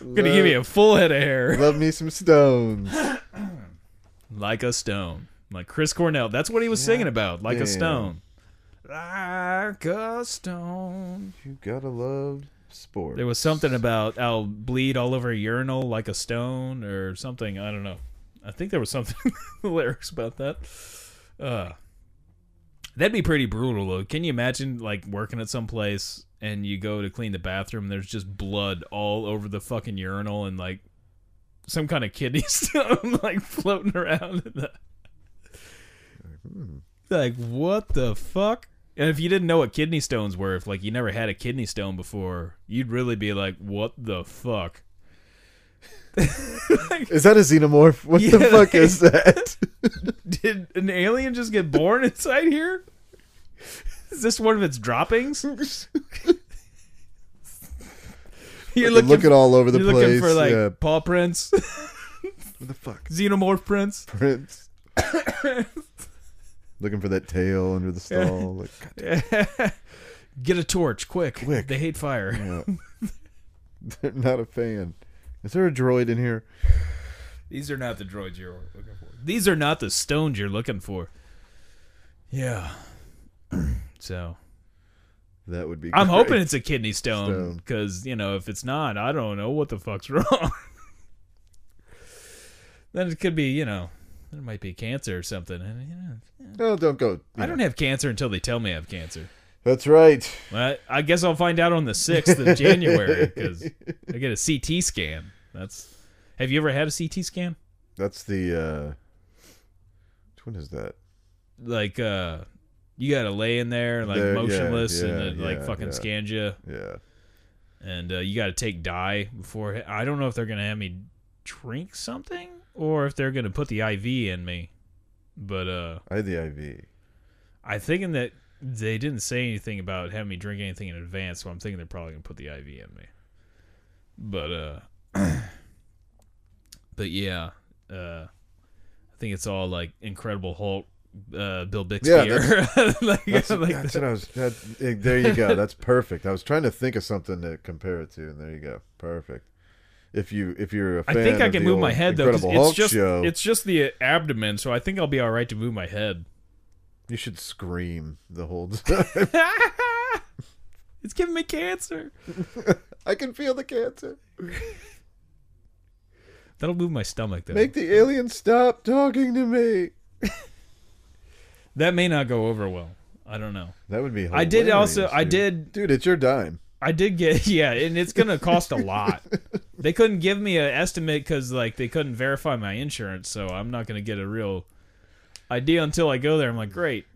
Speaker 4: Gonna give me a full head of hair,
Speaker 3: Love me some stones.
Speaker 4: like a stone, like Chris Cornell. That's what he was singing about, like
Speaker 3: damn.
Speaker 4: a stone, like a stone.
Speaker 3: You gotta love sports.
Speaker 4: There was something about I'll bleed all over a urinal like a stone or something. I don't know. I think there was something *laughs* in the lyrics about that. Uh, that'd be pretty brutal though. Can you imagine like working at some place and you go to clean the bathroom and there's just blood all over the fucking urinal and like some kind of kidney *laughs* stone like floating around *laughs* in the like what the fuck and if you didn't know what kidney stones were if like you never had a kidney stone before you'd really be like what the fuck
Speaker 3: Is that a xenomorph? What the
Speaker 4: Yeah,
Speaker 3: fuck
Speaker 4: they-
Speaker 3: is
Speaker 4: *laughs*
Speaker 3: that?
Speaker 4: did an alien just get born *laughs* inside here is this one of its droppings you're looking,
Speaker 3: looking all over the
Speaker 4: you're
Speaker 3: place.
Speaker 4: looking for like
Speaker 3: yeah.
Speaker 4: paw prints *laughs*
Speaker 3: What the fuck?
Speaker 4: xenomorph prints *laughs*
Speaker 3: Prince. looking for that tail under the stall. Like, God
Speaker 4: get a torch quick
Speaker 3: Quick.
Speaker 4: they hate fire *laughs*
Speaker 3: damn it. They're *laughs* not a fan. Is there a droid in here?
Speaker 4: These are not the droids you're looking for. These are not the stones you're looking for. Yeah. *clears throat* so
Speaker 3: That would be.
Speaker 4: I'm
Speaker 3: great.
Speaker 4: hoping it's a kidney stone
Speaker 3: Stone.
Speaker 4: because you know if it's not, I don't know what the fuck's *laughs* wrong. then it could be you know it might be cancer or something. And, you know,
Speaker 3: No, don't go.
Speaker 4: I don't have cancer until they tell me I have cancer.
Speaker 3: That's right.
Speaker 4: Well, I I guess I'll find out on the sixth of
Speaker 3: *laughs*
Speaker 4: January because I get a CT scan. That's. Have you ever had a CT scan?
Speaker 3: That's the. uh Which one is that?
Speaker 4: like uh you gotta lay in there like
Speaker 3: There, yeah,
Speaker 4: motionless
Speaker 3: yeah,
Speaker 4: and it, like
Speaker 3: yeah,
Speaker 4: fucking
Speaker 3: yeah.
Speaker 4: scans you
Speaker 3: Yeah.
Speaker 4: and uh, you gotta take dye before i don't know if they're gonna have me drink something or if they're gonna put the iv in me but uh
Speaker 3: I had the
Speaker 4: *laughs*
Speaker 3: IV.
Speaker 4: i thinking that they didn't say anything about having me drink anything in advance so i'm thinking they're probably gonna put the iv in me but uh *clears throat* but yeah uh i think it's all like incredible hulk uh bill bixby *laughs*
Speaker 3: Yeah,
Speaker 4: or, like,
Speaker 3: That's,
Speaker 4: like
Speaker 3: that's what I was. That, eh, there you
Speaker 4: *laughs*
Speaker 3: go. That's perfect. I was trying to think of something to compare it to, and there you go. Perfect. If you if you're a
Speaker 4: I
Speaker 3: fan
Speaker 4: think I
Speaker 3: of
Speaker 4: can
Speaker 3: the
Speaker 4: move my
Speaker 3: old
Speaker 4: head though. 'cause
Speaker 3: Incredible
Speaker 4: It's
Speaker 3: Hulk
Speaker 4: just
Speaker 3: show,
Speaker 4: it's just the abdomen, so I think I'll be all right to move my
Speaker 3: *laughs*
Speaker 4: head. *laughs*
Speaker 3: you should scream the whole time. *laughs*
Speaker 4: it's giving me cancer.
Speaker 3: I can feel the cancer.
Speaker 4: That'll move my stomach though.
Speaker 3: Make the alien stop talking to me.
Speaker 4: that may not go over well. I don't know.
Speaker 3: That would be. Hilarious,
Speaker 4: I did also. I did.
Speaker 3: dude. Dude, it's your dime.
Speaker 4: I did get. *laughs* Yeah, and it's gonna cost a
Speaker 3: *laughs*
Speaker 4: lot. they couldn't give me an estimate because like they couldn't verify my insurance, so I'm not gonna get a real idea until I go there. I'm like, great,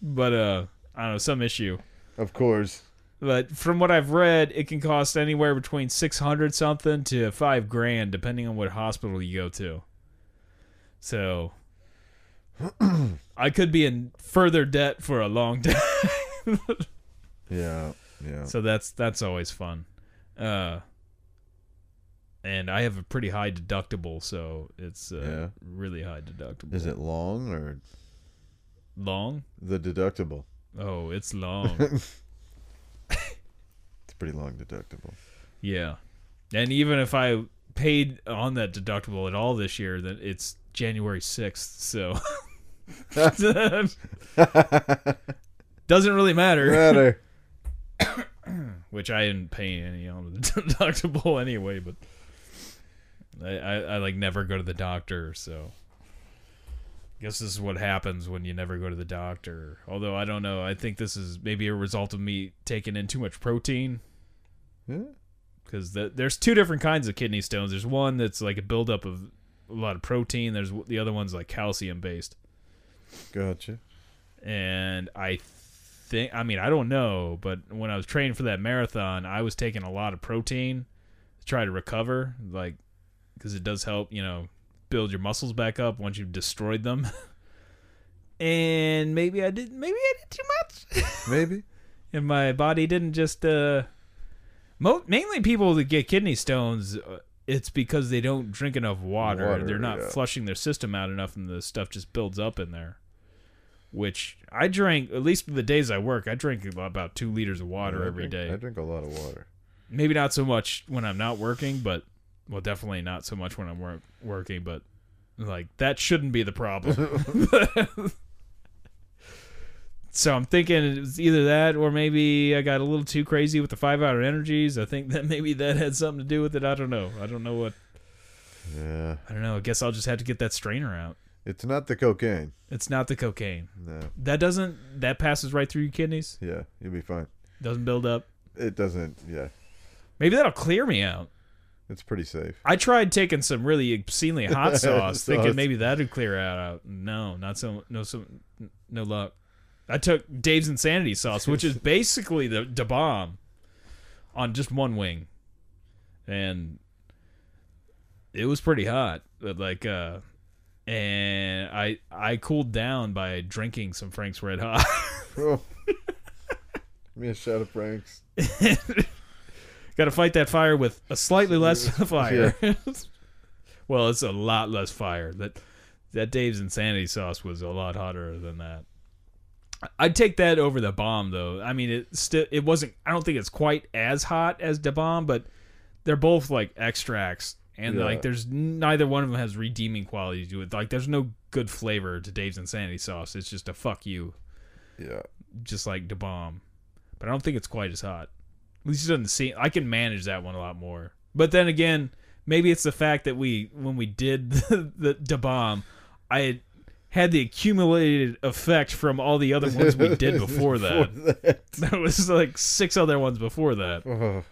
Speaker 4: but uh, I don't know, some issue.
Speaker 3: Of course.
Speaker 4: But from what I've read, it can cost anywhere between six hundred something to five grand, depending on what hospital you go to. So *clears throat* I could be in further debt for a long *laughs* time.
Speaker 3: Yeah. Yeah.
Speaker 4: so that's that's always fun. Uh and I have a pretty high deductible, so it's uh, really high deductible.
Speaker 3: Is it long or
Speaker 4: long?
Speaker 3: the deductible?
Speaker 4: Oh, it's long. *laughs*
Speaker 3: It's a pretty long deductible.
Speaker 4: yeah. And even if I paid on that deductible at all this year, then it's January 6th, so *laughs* doesn't really matter,
Speaker 3: Matter.
Speaker 4: which I didn't pay any on the *laughs* deductible anyway, but I, I, I like never go to the doctor, so guess this is what happens when you never go to the doctor. Although I don't know, I think this is maybe a result of me taking in too much protein.
Speaker 3: *laughs* Yeah.
Speaker 4: because the, there's two different kinds of kidney stones. There's one that's like a buildup of a lot of protein. There's w- the other one's like calcium based.
Speaker 3: Gotcha.
Speaker 4: And I think, I mean, I don't know, but when I was training for that marathon, I was taking a lot of protein to try to recover, like because it does help, you know, build your muscles back up once you've destroyed them. *laughs* and maybe I did, maybe I did too much. *laughs*
Speaker 3: Maybe.
Speaker 4: and my body didn't just uh mo- mainly people that get kidney stones uh, it's because they don't drink enough water,
Speaker 3: Water,
Speaker 4: they're not
Speaker 3: yeah.
Speaker 4: flushing their system out enough and the stuff just builds up in there which i drink at least the days i work i drink ab- about two liters of water
Speaker 3: I
Speaker 4: every
Speaker 3: drink-
Speaker 4: day
Speaker 3: I drink a lot of water.
Speaker 4: maybe not so much when i'm not working but well definitely not so much when i'm wor- working but like that shouldn't be the problem *laughs* so i'm thinking it was either that or maybe i got a little too crazy with the five hour energies i think that *laughs* maybe that had something to do with it i don't know i don't know what
Speaker 3: Yeah.
Speaker 4: i don't know i guess i'll just have to get that strainer out
Speaker 3: It's not the cocaine.
Speaker 4: it's not the cocaine
Speaker 3: No.
Speaker 4: that doesn't that passes right through your kidneys
Speaker 3: Yeah. You'll be fine.
Speaker 4: doesn't build up
Speaker 3: It doesn't. Yeah.
Speaker 4: maybe that'll clear me out
Speaker 3: It's pretty safe. *laughs*
Speaker 4: I tried taking some really obscenely hot sauce,
Speaker 3: Sauce.
Speaker 4: thinking maybe that'd clear it out. uh, No, not so. No, so no luck. I took Dave's Insanity sauce, which is basically the the bomb, on just one wing, and it was pretty hot. But like, uh, and I I cooled down by drinking some Frank's Red Hot.
Speaker 3: Oh. Give me a shot of Frank's.
Speaker 4: Got to fight that fire with a slightly less *laughs* fire. well, it's a lot less fire. That that Dave's insanity sauce was a lot hotter than that. I- I'd take that over the bomb though. I mean, it still it wasn't. I don't think it's quite as hot as the bomb, but they're both like extracts, and
Speaker 3: Yeah.
Speaker 4: like there's neither one of them has redeeming qualities to it. Like there's no good flavor to Dave's insanity sauce. It's just a fuck you
Speaker 3: Yeah.
Speaker 4: just like the bomb, but I don't think it's quite as hot. At least it doesn't seem. I can manage that one a lot more. But then again, maybe it's the fact that we when we did *laughs* the the, the bomb, I had, had the accumulated effect from all the other ones we
Speaker 3: *laughs*
Speaker 4: did before *laughs* that. There was like six other ones before that,
Speaker 3: Oh.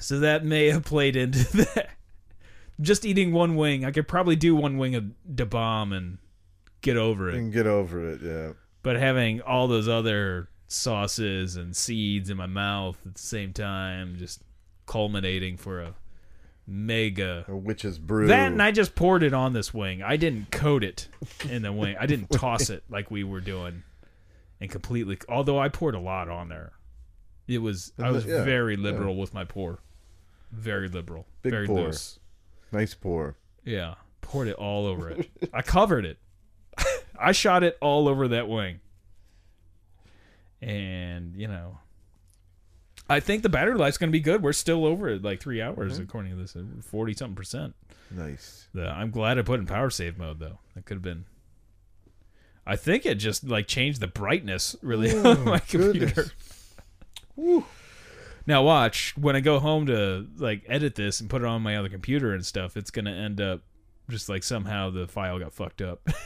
Speaker 4: so that may have played into *laughs* that. Just eating one wing, I could probably do one wing of the bomb and get over it.
Speaker 3: And get over it. Yeah.
Speaker 4: but having all those other sauces and seeds in my mouth at the same time just culminating for a mega
Speaker 3: A witch's brew.
Speaker 4: that and i just poured it on this wing i didn't coat it in the wing i
Speaker 3: *laughs*
Speaker 4: didn't toss it like we were doing and completely although i poured a lot on there it was i
Speaker 3: And
Speaker 4: was
Speaker 3: the- yeah,
Speaker 4: very liberal with my pour very liberal
Speaker 3: Big
Speaker 4: very
Speaker 3: pour.
Speaker 4: loose
Speaker 3: Nice pour.
Speaker 4: yeah poured it all over it i covered it *laughs* I shot it all over that wing. And, you know, I think the battery life's going to be good. We're still over it like three hours, according to this, 40 something percent.
Speaker 3: Nice.
Speaker 4: The, I'm glad I put in power save mode, though. That could have been. I think it *laughs*
Speaker 3: Oh,
Speaker 4: just like changed the brightness really on my computer.
Speaker 3: Goodness. Woo.
Speaker 4: Now watch when I go home to like edit this and put it on my other computer and stuff. It's gonna end up just like somehow the file got fucked up. *laughs*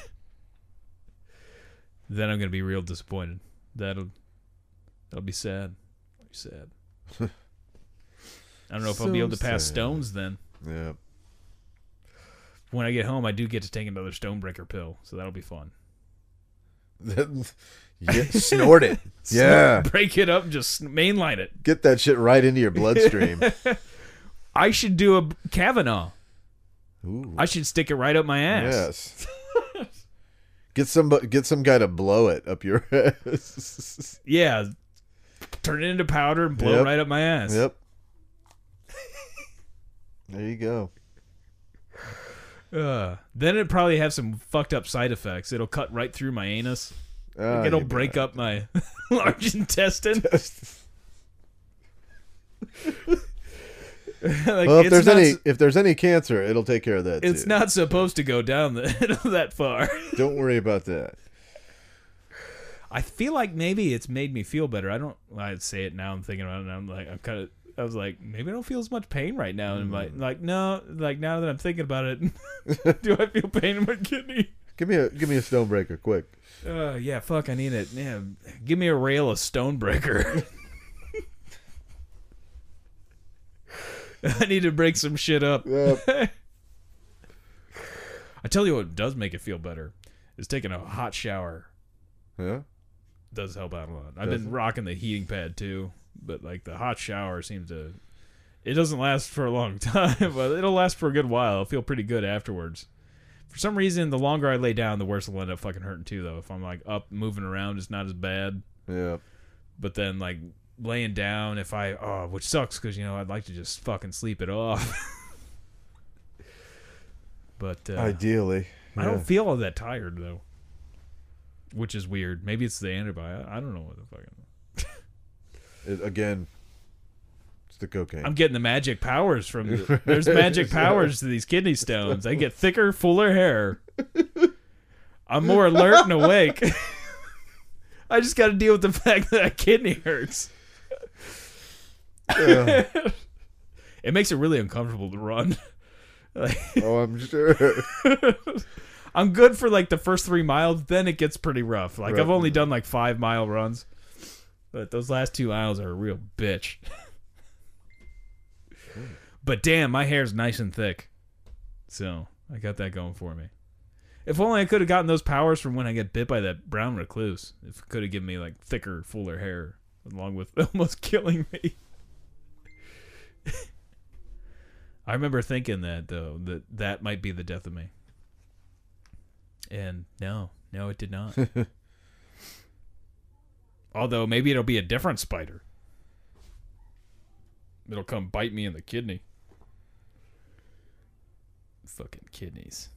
Speaker 4: then I'm gonna be real disappointed. That'll that'll be sad. That'll be sad. *laughs* I don't know if I'll be able to
Speaker 3: So
Speaker 4: pass
Speaker 3: sad.
Speaker 4: stones then.
Speaker 3: Yeah.
Speaker 4: When I get home, I do get to take another Stonebreaker pill, so that'll be fun.
Speaker 3: yeah. Snort it. *laughs* *laughs*
Speaker 4: *laughs*
Speaker 3: Yeah.
Speaker 4: Break it up, and just mainline it.
Speaker 3: Get that shit right into your bloodstream.
Speaker 4: I should do a Kavanaugh.
Speaker 3: Ooh.
Speaker 4: I should stick it right up my ass.
Speaker 3: Yes.
Speaker 4: *laughs*
Speaker 3: Get some get some guy to blow it up your ass.
Speaker 4: Yeah. Turn it into powder and blow
Speaker 3: Yep.
Speaker 4: it right up my ass.
Speaker 3: yep. There you go.
Speaker 4: Ugh. then it'd probably have some fucked up side effects. It'll cut right through my anus.
Speaker 3: Ah,
Speaker 4: It'll
Speaker 3: you
Speaker 4: break up my *laughs* large intestine.
Speaker 3: bet.
Speaker 4: *laughs* like,
Speaker 3: well, if
Speaker 4: it's
Speaker 3: there's
Speaker 4: not
Speaker 3: any
Speaker 4: s-
Speaker 3: if there's any cancer, it'll take care of that.
Speaker 4: it's
Speaker 3: too.
Speaker 4: not supposed to go down the, *laughs* that far.
Speaker 3: Don't worry about that.
Speaker 4: I feel like maybe it's made me feel better. I don't. I'd say it now. I'm thinking about it. and I'm like, I'm kind of. I was like, maybe I don't feel as much pain right now. And like, like no, like now that I'm thinking about it, *laughs* do I feel pain in my kidney?
Speaker 3: Give me a give me a stonebreaker, quick.
Speaker 4: Uh, yeah, fuck, I need it. Yeah, give me a rail of Stonebreaker. *laughs* I need to break some shit up. I tell you what does make it feel better is taking a hot shower.
Speaker 3: Yeah.
Speaker 4: Does help out a lot. I've
Speaker 3: Does it?
Speaker 4: been rocking the heating pad too, but like the hot shower seems to. It doesn't last for a long *laughs* time, but it'll last for a good while. I'll feel pretty good afterwards. For some reason, the longer I lay down, the worse it'll end up fucking hurting too. Though, if I'm like up moving around, it's not as bad.
Speaker 3: Yeah.
Speaker 4: but then like laying down if i oh which sucks because you know i'd like to just fucking sleep it off *laughs* but uh, I
Speaker 3: Ideally. yeah.
Speaker 4: don't feel all that tired though which is weird maybe it's the antibiotic i don't know what the fucking
Speaker 3: It- again. It's the cocaine.
Speaker 4: i'm getting the magic powers from the, there's magic powers to these kidney stones i get thicker fuller hair i'm more alert and awake *laughs* i just got to deal with the fact that my kidney hurts
Speaker 3: Yeah.
Speaker 4: it makes it really uncomfortable to run
Speaker 3: oh, I'm sure.
Speaker 4: I'm good for like the first three miles, then it gets pretty rough. Like
Speaker 3: Right.
Speaker 4: I've only done like five mile runs, but those last two miles are a real bitch. *laughs* but damn, my hair's nice and thick, so I got that going for me. If only I could have gotten those powers from when I get bit by that brown recluse. If it could have given me like thicker, fuller hair, along with *laughs* almost killing me. *laughs* I remember thinking that though that that might be the death of me. And no, no, it did not. Although maybe it'll be a different spider. It'll come bite me in the kidney. Fucking kidneys.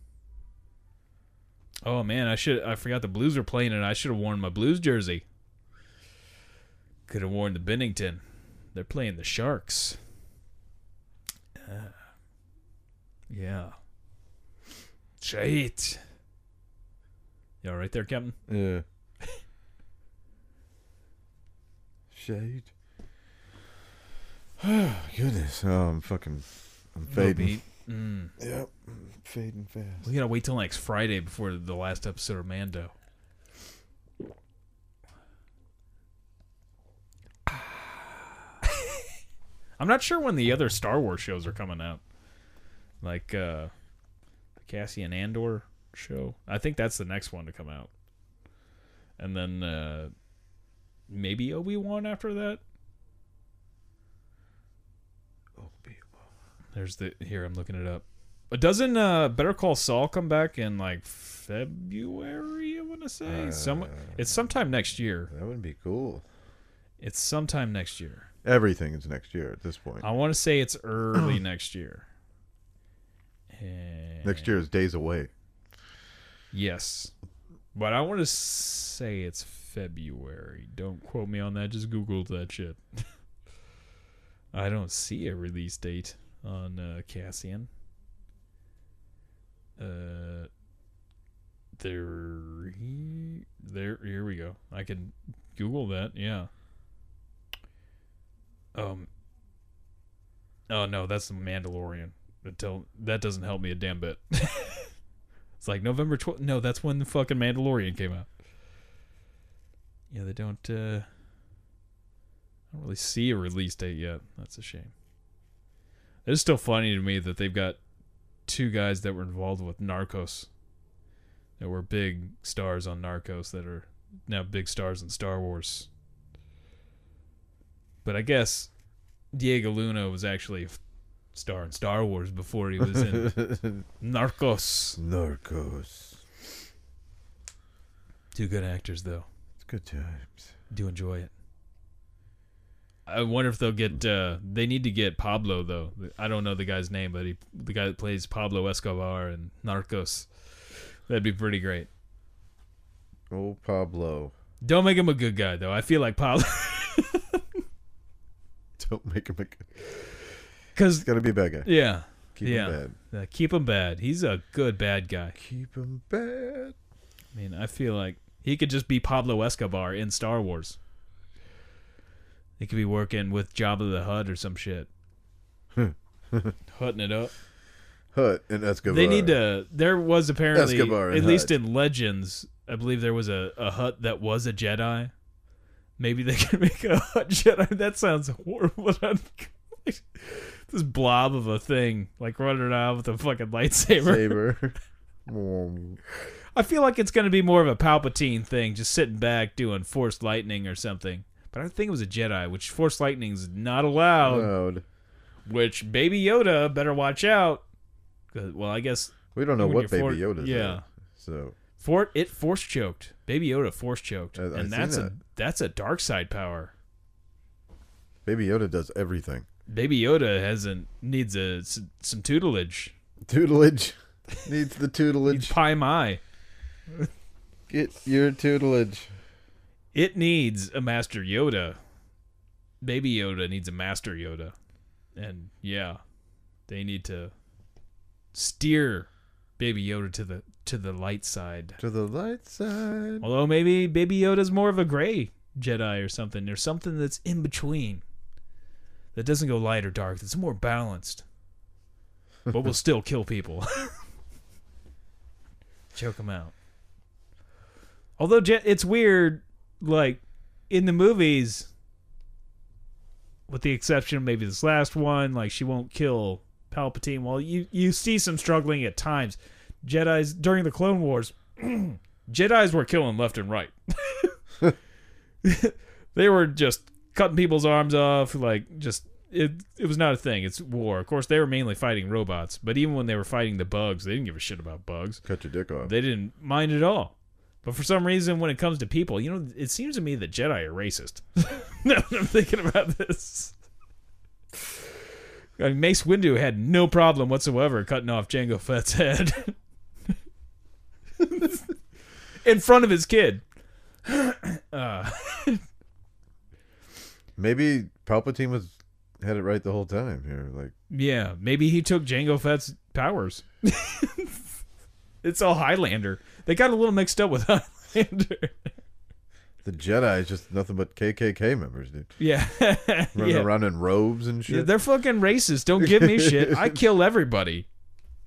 Speaker 4: Oh man, I should I forgot the Blues are playing and I should have worn my Blues jersey. Could have worn the Bennington. They're playing the Sharks. Ah. yeah. Shit. You all right there, Captain?
Speaker 3: Yeah. Shade. *sighs* Goodness. Oh, I'm fucking. I'm fading.
Speaker 4: Beat. Mm.
Speaker 3: Yep. I'm fading fast.
Speaker 4: We gotta wait till next Friday before the last episode of Mando. I'm not sure when the other Star Wars shows are coming out. Like uh the Cassian Andor show. I think that's the next one to come out. And then uh maybe Obi-Wan after that. There's the here I'm looking it up. But doesn't uh, Better Call Saul come back in like February? I want to say some. It's sometime next year.
Speaker 3: That would be cool.
Speaker 4: It's sometime next year.
Speaker 3: Everything is next year at this point.
Speaker 4: I want to say it's
Speaker 3: *clears throat*
Speaker 4: early next year. And
Speaker 3: Next year is days away.
Speaker 4: Yes, but I want to say it's February. Don't quote me on that. Just Google that shit. *laughs* I don't see a release date on uh, Cassian. Uh, there, he- there. Here we go. I can Google that. Yeah. Um, Oh no, that's the Mandalorian. That don't- that doesn't help me a damn bit. *laughs* it's like November twelfth. No, that's when the fucking Mandalorian came out. Yeah, they don't. Uh, I don't really see a release date yet. That's a shame. It's still funny to me that they've got two guys that were involved with Narcos, that were big stars on Narcos, that are now big stars in Star Wars. But I guess Diego Luna was actually a f- star in Star Wars before he was in Narcos.
Speaker 3: Narcos.
Speaker 4: Two good actors, though.
Speaker 3: It's good times.
Speaker 4: Do enjoy it. I wonder if they'll get. Uh, they need to get Pablo though. I don't know the guy's name, but he, the guy that plays Pablo Escobar in Narcos. That'd be pretty great.
Speaker 3: Oh, Pablo. *laughs*
Speaker 4: Don't make him a good guy though. I feel like Pablo *laughs*
Speaker 3: Don't make him a.
Speaker 4: because
Speaker 3: It's gotta be a
Speaker 4: *laughs*
Speaker 3: bad guy.
Speaker 4: yeah,
Speaker 3: Keep
Speaker 4: yeah,
Speaker 3: him bad.
Speaker 4: Uh, keep him bad. He's a good bad guy.
Speaker 3: Keep him bad.
Speaker 4: I mean, I feel like he could just be Pablo Escobar in Star Wars. He could be working with Jabba the Hutt or some
Speaker 3: *laughs*
Speaker 4: shit. Hutting it up.
Speaker 3: Hut and Escobar.
Speaker 4: They need to. There was apparently,
Speaker 3: Escobar
Speaker 4: at
Speaker 3: and
Speaker 4: least
Speaker 3: Hutt.
Speaker 4: in Legends, I believe there was a, a Hut that was a Jedi. Maybe they *laughs* could make a Hut Jedi. That sounds horrible. *laughs* this blob of a thing, like running around with a fucking *laughs* lightsaber.
Speaker 3: Saber. *laughs* Mm.
Speaker 4: I feel like it's going to be more of a Palpatine thing, just sitting back doing Force Lightning or something. But I think it was a Jedi, which Force Lightning's not allowed.
Speaker 3: Loud.
Speaker 4: Which Baby Yoda better watch out. 'Cause- Well, I guess
Speaker 3: We don't know
Speaker 4: When
Speaker 3: what
Speaker 4: you're
Speaker 3: Baby
Speaker 4: for-
Speaker 3: Yoda's
Speaker 4: yeah.
Speaker 3: at, So
Speaker 4: for it force choked. Baby Yoda force choked,
Speaker 3: I- I
Speaker 4: and
Speaker 3: see
Speaker 4: that's a
Speaker 3: that.
Speaker 4: that's a dark side power.
Speaker 3: Baby Yoda does everything.
Speaker 4: Baby Yoda hasn't needs a s- some tutelage. *laughs*
Speaker 3: Tutelage. Needs the
Speaker 4: Needs
Speaker 3: tutelage.
Speaker 4: Pai Mai.
Speaker 3: Get your tutelage.
Speaker 4: It needs a Master Yoda. Baby Yoda needs a Master Yoda. And yeah, they need to steer Baby Yoda to the to the light side.
Speaker 3: To the light side.
Speaker 4: Although maybe Baby Yoda's more of a gray Jedi or something. There's something that's in between. That doesn't go light or dark, that's more balanced. But will still kill people. *laughs* Choke them out. Although Je- it's weird, like in the movies, with the exception of maybe this last one, like she won't kill Palpatine. While you you see some struggling at times, Jedi's during the Clone Wars, Jedi's were killing left and right. *laughs* they were just cutting people's arms off, like just it. It was not a thing. It's war. Of course, they were mainly fighting robots, but even when they were fighting the bugs, they didn't give a shit about bugs
Speaker 3: Cut your dick off.
Speaker 4: they didn't mind at all. But for some reason, when it comes to people, you know, it seems to me that Jedi are racist. *laughs* now that I'm thinking about this. I mean, Mace Windu had no problem whatsoever cutting off Jango Fett's head *laughs* in front of his kid.
Speaker 3: Maybe Palpatine was had it right the whole time here. Like
Speaker 4: Yeah, maybe he took Jango Fett's powers. *laughs* it's all Highlander. They got a little mixed up with *laughs* Highlander.
Speaker 3: the Jedi is just nothing but KKK members, dude.
Speaker 4: Yeah. *laughs*
Speaker 3: Running
Speaker 4: yeah.
Speaker 3: around in robes and shit.
Speaker 4: Yeah, they're fucking racist. Don't give me shit.
Speaker 3: *laughs*
Speaker 4: I kill everybody.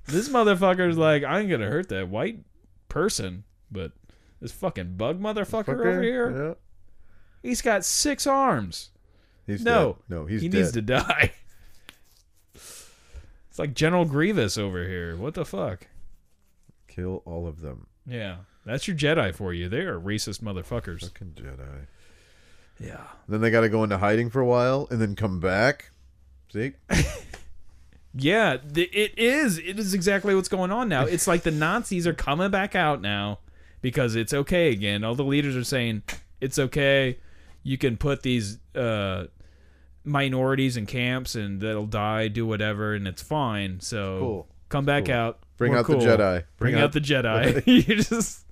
Speaker 4: This motherfucker's like, I ain't gonna hurt that white person, but this fucking bug motherfucker
Speaker 3: Fucker.
Speaker 4: over here,
Speaker 3: Yeah.
Speaker 4: he's got six arms.
Speaker 3: He's
Speaker 4: No.
Speaker 3: dead. No, he's
Speaker 4: he
Speaker 3: dead.
Speaker 4: needs to die. It's like General Grievous over here. What the fuck?
Speaker 3: Kill all of them.
Speaker 4: Yeah, that's your Jedi for you. They are racist motherfuckers.
Speaker 3: Fucking Jedi.
Speaker 4: Yeah.
Speaker 3: Then they gotta go into hiding for a while and then come back.
Speaker 4: *laughs*
Speaker 3: See?
Speaker 4: Yeah, th- it is. It is exactly what's going on now. It's
Speaker 3: *laughs*
Speaker 4: like the Nazis are coming back out now because it's okay again. All the leaders are saying it's okay. You can put these uh, minorities in camps and they'll die, do whatever, and it's fine. So
Speaker 3: Cool.
Speaker 4: come back out.
Speaker 3: Bring
Speaker 4: We're
Speaker 3: out the
Speaker 4: cool.
Speaker 3: Jedi.
Speaker 4: Bring,
Speaker 3: Bring
Speaker 4: out,
Speaker 3: out-
Speaker 4: the
Speaker 3: *laughs*
Speaker 4: Jedi. *laughs* you just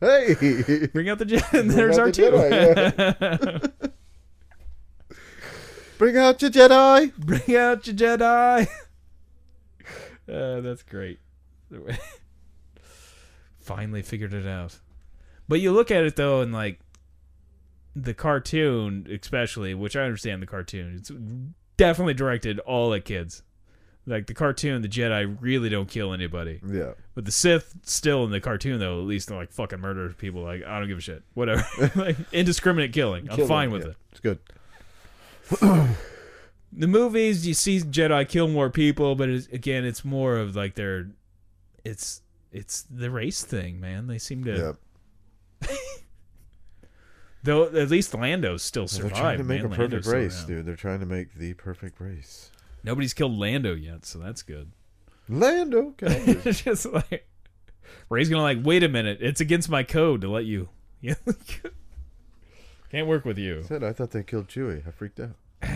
Speaker 3: Hey *laughs*
Speaker 4: bring out the *laughs* Jedi. And there's
Speaker 3: out
Speaker 4: our
Speaker 3: the
Speaker 4: two. *laughs*
Speaker 3: Bring out your Jedi.
Speaker 4: Bring out your Jedi. *laughs* uh, that's great. Finally figured it out. But you look at it though, and like the cartoon, especially, which I understand the cartoon, it's definitely directed all at kids. Like the cartoon, the Jedi really don't kill anybody.
Speaker 3: Yeah.
Speaker 4: But the Sith still in the cartoon though, at least they like fucking murder people. Like I don't give a shit. Whatever. *laughs* like indiscriminate killing. I'm
Speaker 3: Killing,
Speaker 4: fine with
Speaker 3: yeah.
Speaker 4: it.
Speaker 3: It's good.
Speaker 4: The movies you see Jedi kill more people, but it's, again, it's more of like their, it's it's the race thing, man. They seem to
Speaker 3: Yeah.
Speaker 4: though. At least Lando still
Speaker 3: They're
Speaker 4: survived.
Speaker 3: trying to make
Speaker 4: man.
Speaker 3: a perfect
Speaker 4: Lando's still
Speaker 3: race,
Speaker 4: around.
Speaker 3: dude. They're trying to make the perfect race.
Speaker 4: Nobody's killed Lando yet, so that's good.
Speaker 3: Lando
Speaker 4: *laughs*
Speaker 3: Calrissian.
Speaker 4: it's just like Ray's gonna like, wait a minute, it's against my code to let you. *laughs* Yeah, can't work with you.
Speaker 3: said I thought they killed Chewie. I freaked out.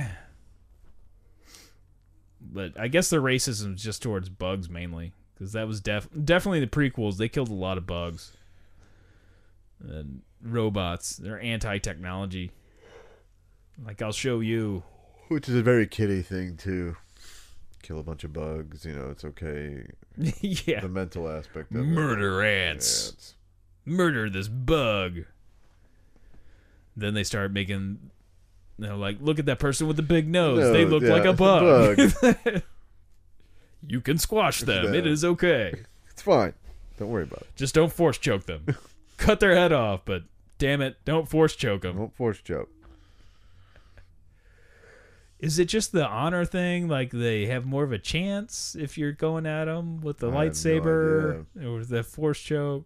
Speaker 4: But I guess their racism is just towards bugs mainly, because that was def- definitely the prequels. They killed a lot of bugs and robots. They're anti-technology. Like I'll show you. *laughs*
Speaker 3: Which is a very kiddie thing to kill a bunch of bugs. You know, it's okay.
Speaker 4: yeah,
Speaker 3: The mental aspect of
Speaker 4: murder
Speaker 3: it. Yeah,
Speaker 4: ants.
Speaker 3: it's-
Speaker 4: murder this bug. Then they start making, you know, like, look at that person with the big nose.
Speaker 3: No,
Speaker 4: they look
Speaker 3: yeah,
Speaker 4: like a
Speaker 3: *laughs* it's a
Speaker 4: bug. *laughs* you can squash them.
Speaker 3: Yeah.
Speaker 4: It is okay.
Speaker 3: It's fine. Don't worry about it.
Speaker 4: Just don't force choke
Speaker 3: *laughs*
Speaker 4: them. Cut their head off, but damn it, don't force choke them.
Speaker 3: Don't force joke.
Speaker 4: Is it just the honor thing? Like they have more of a chance if you're going at them with the
Speaker 3: I have no
Speaker 4: lightsaber or the force choke?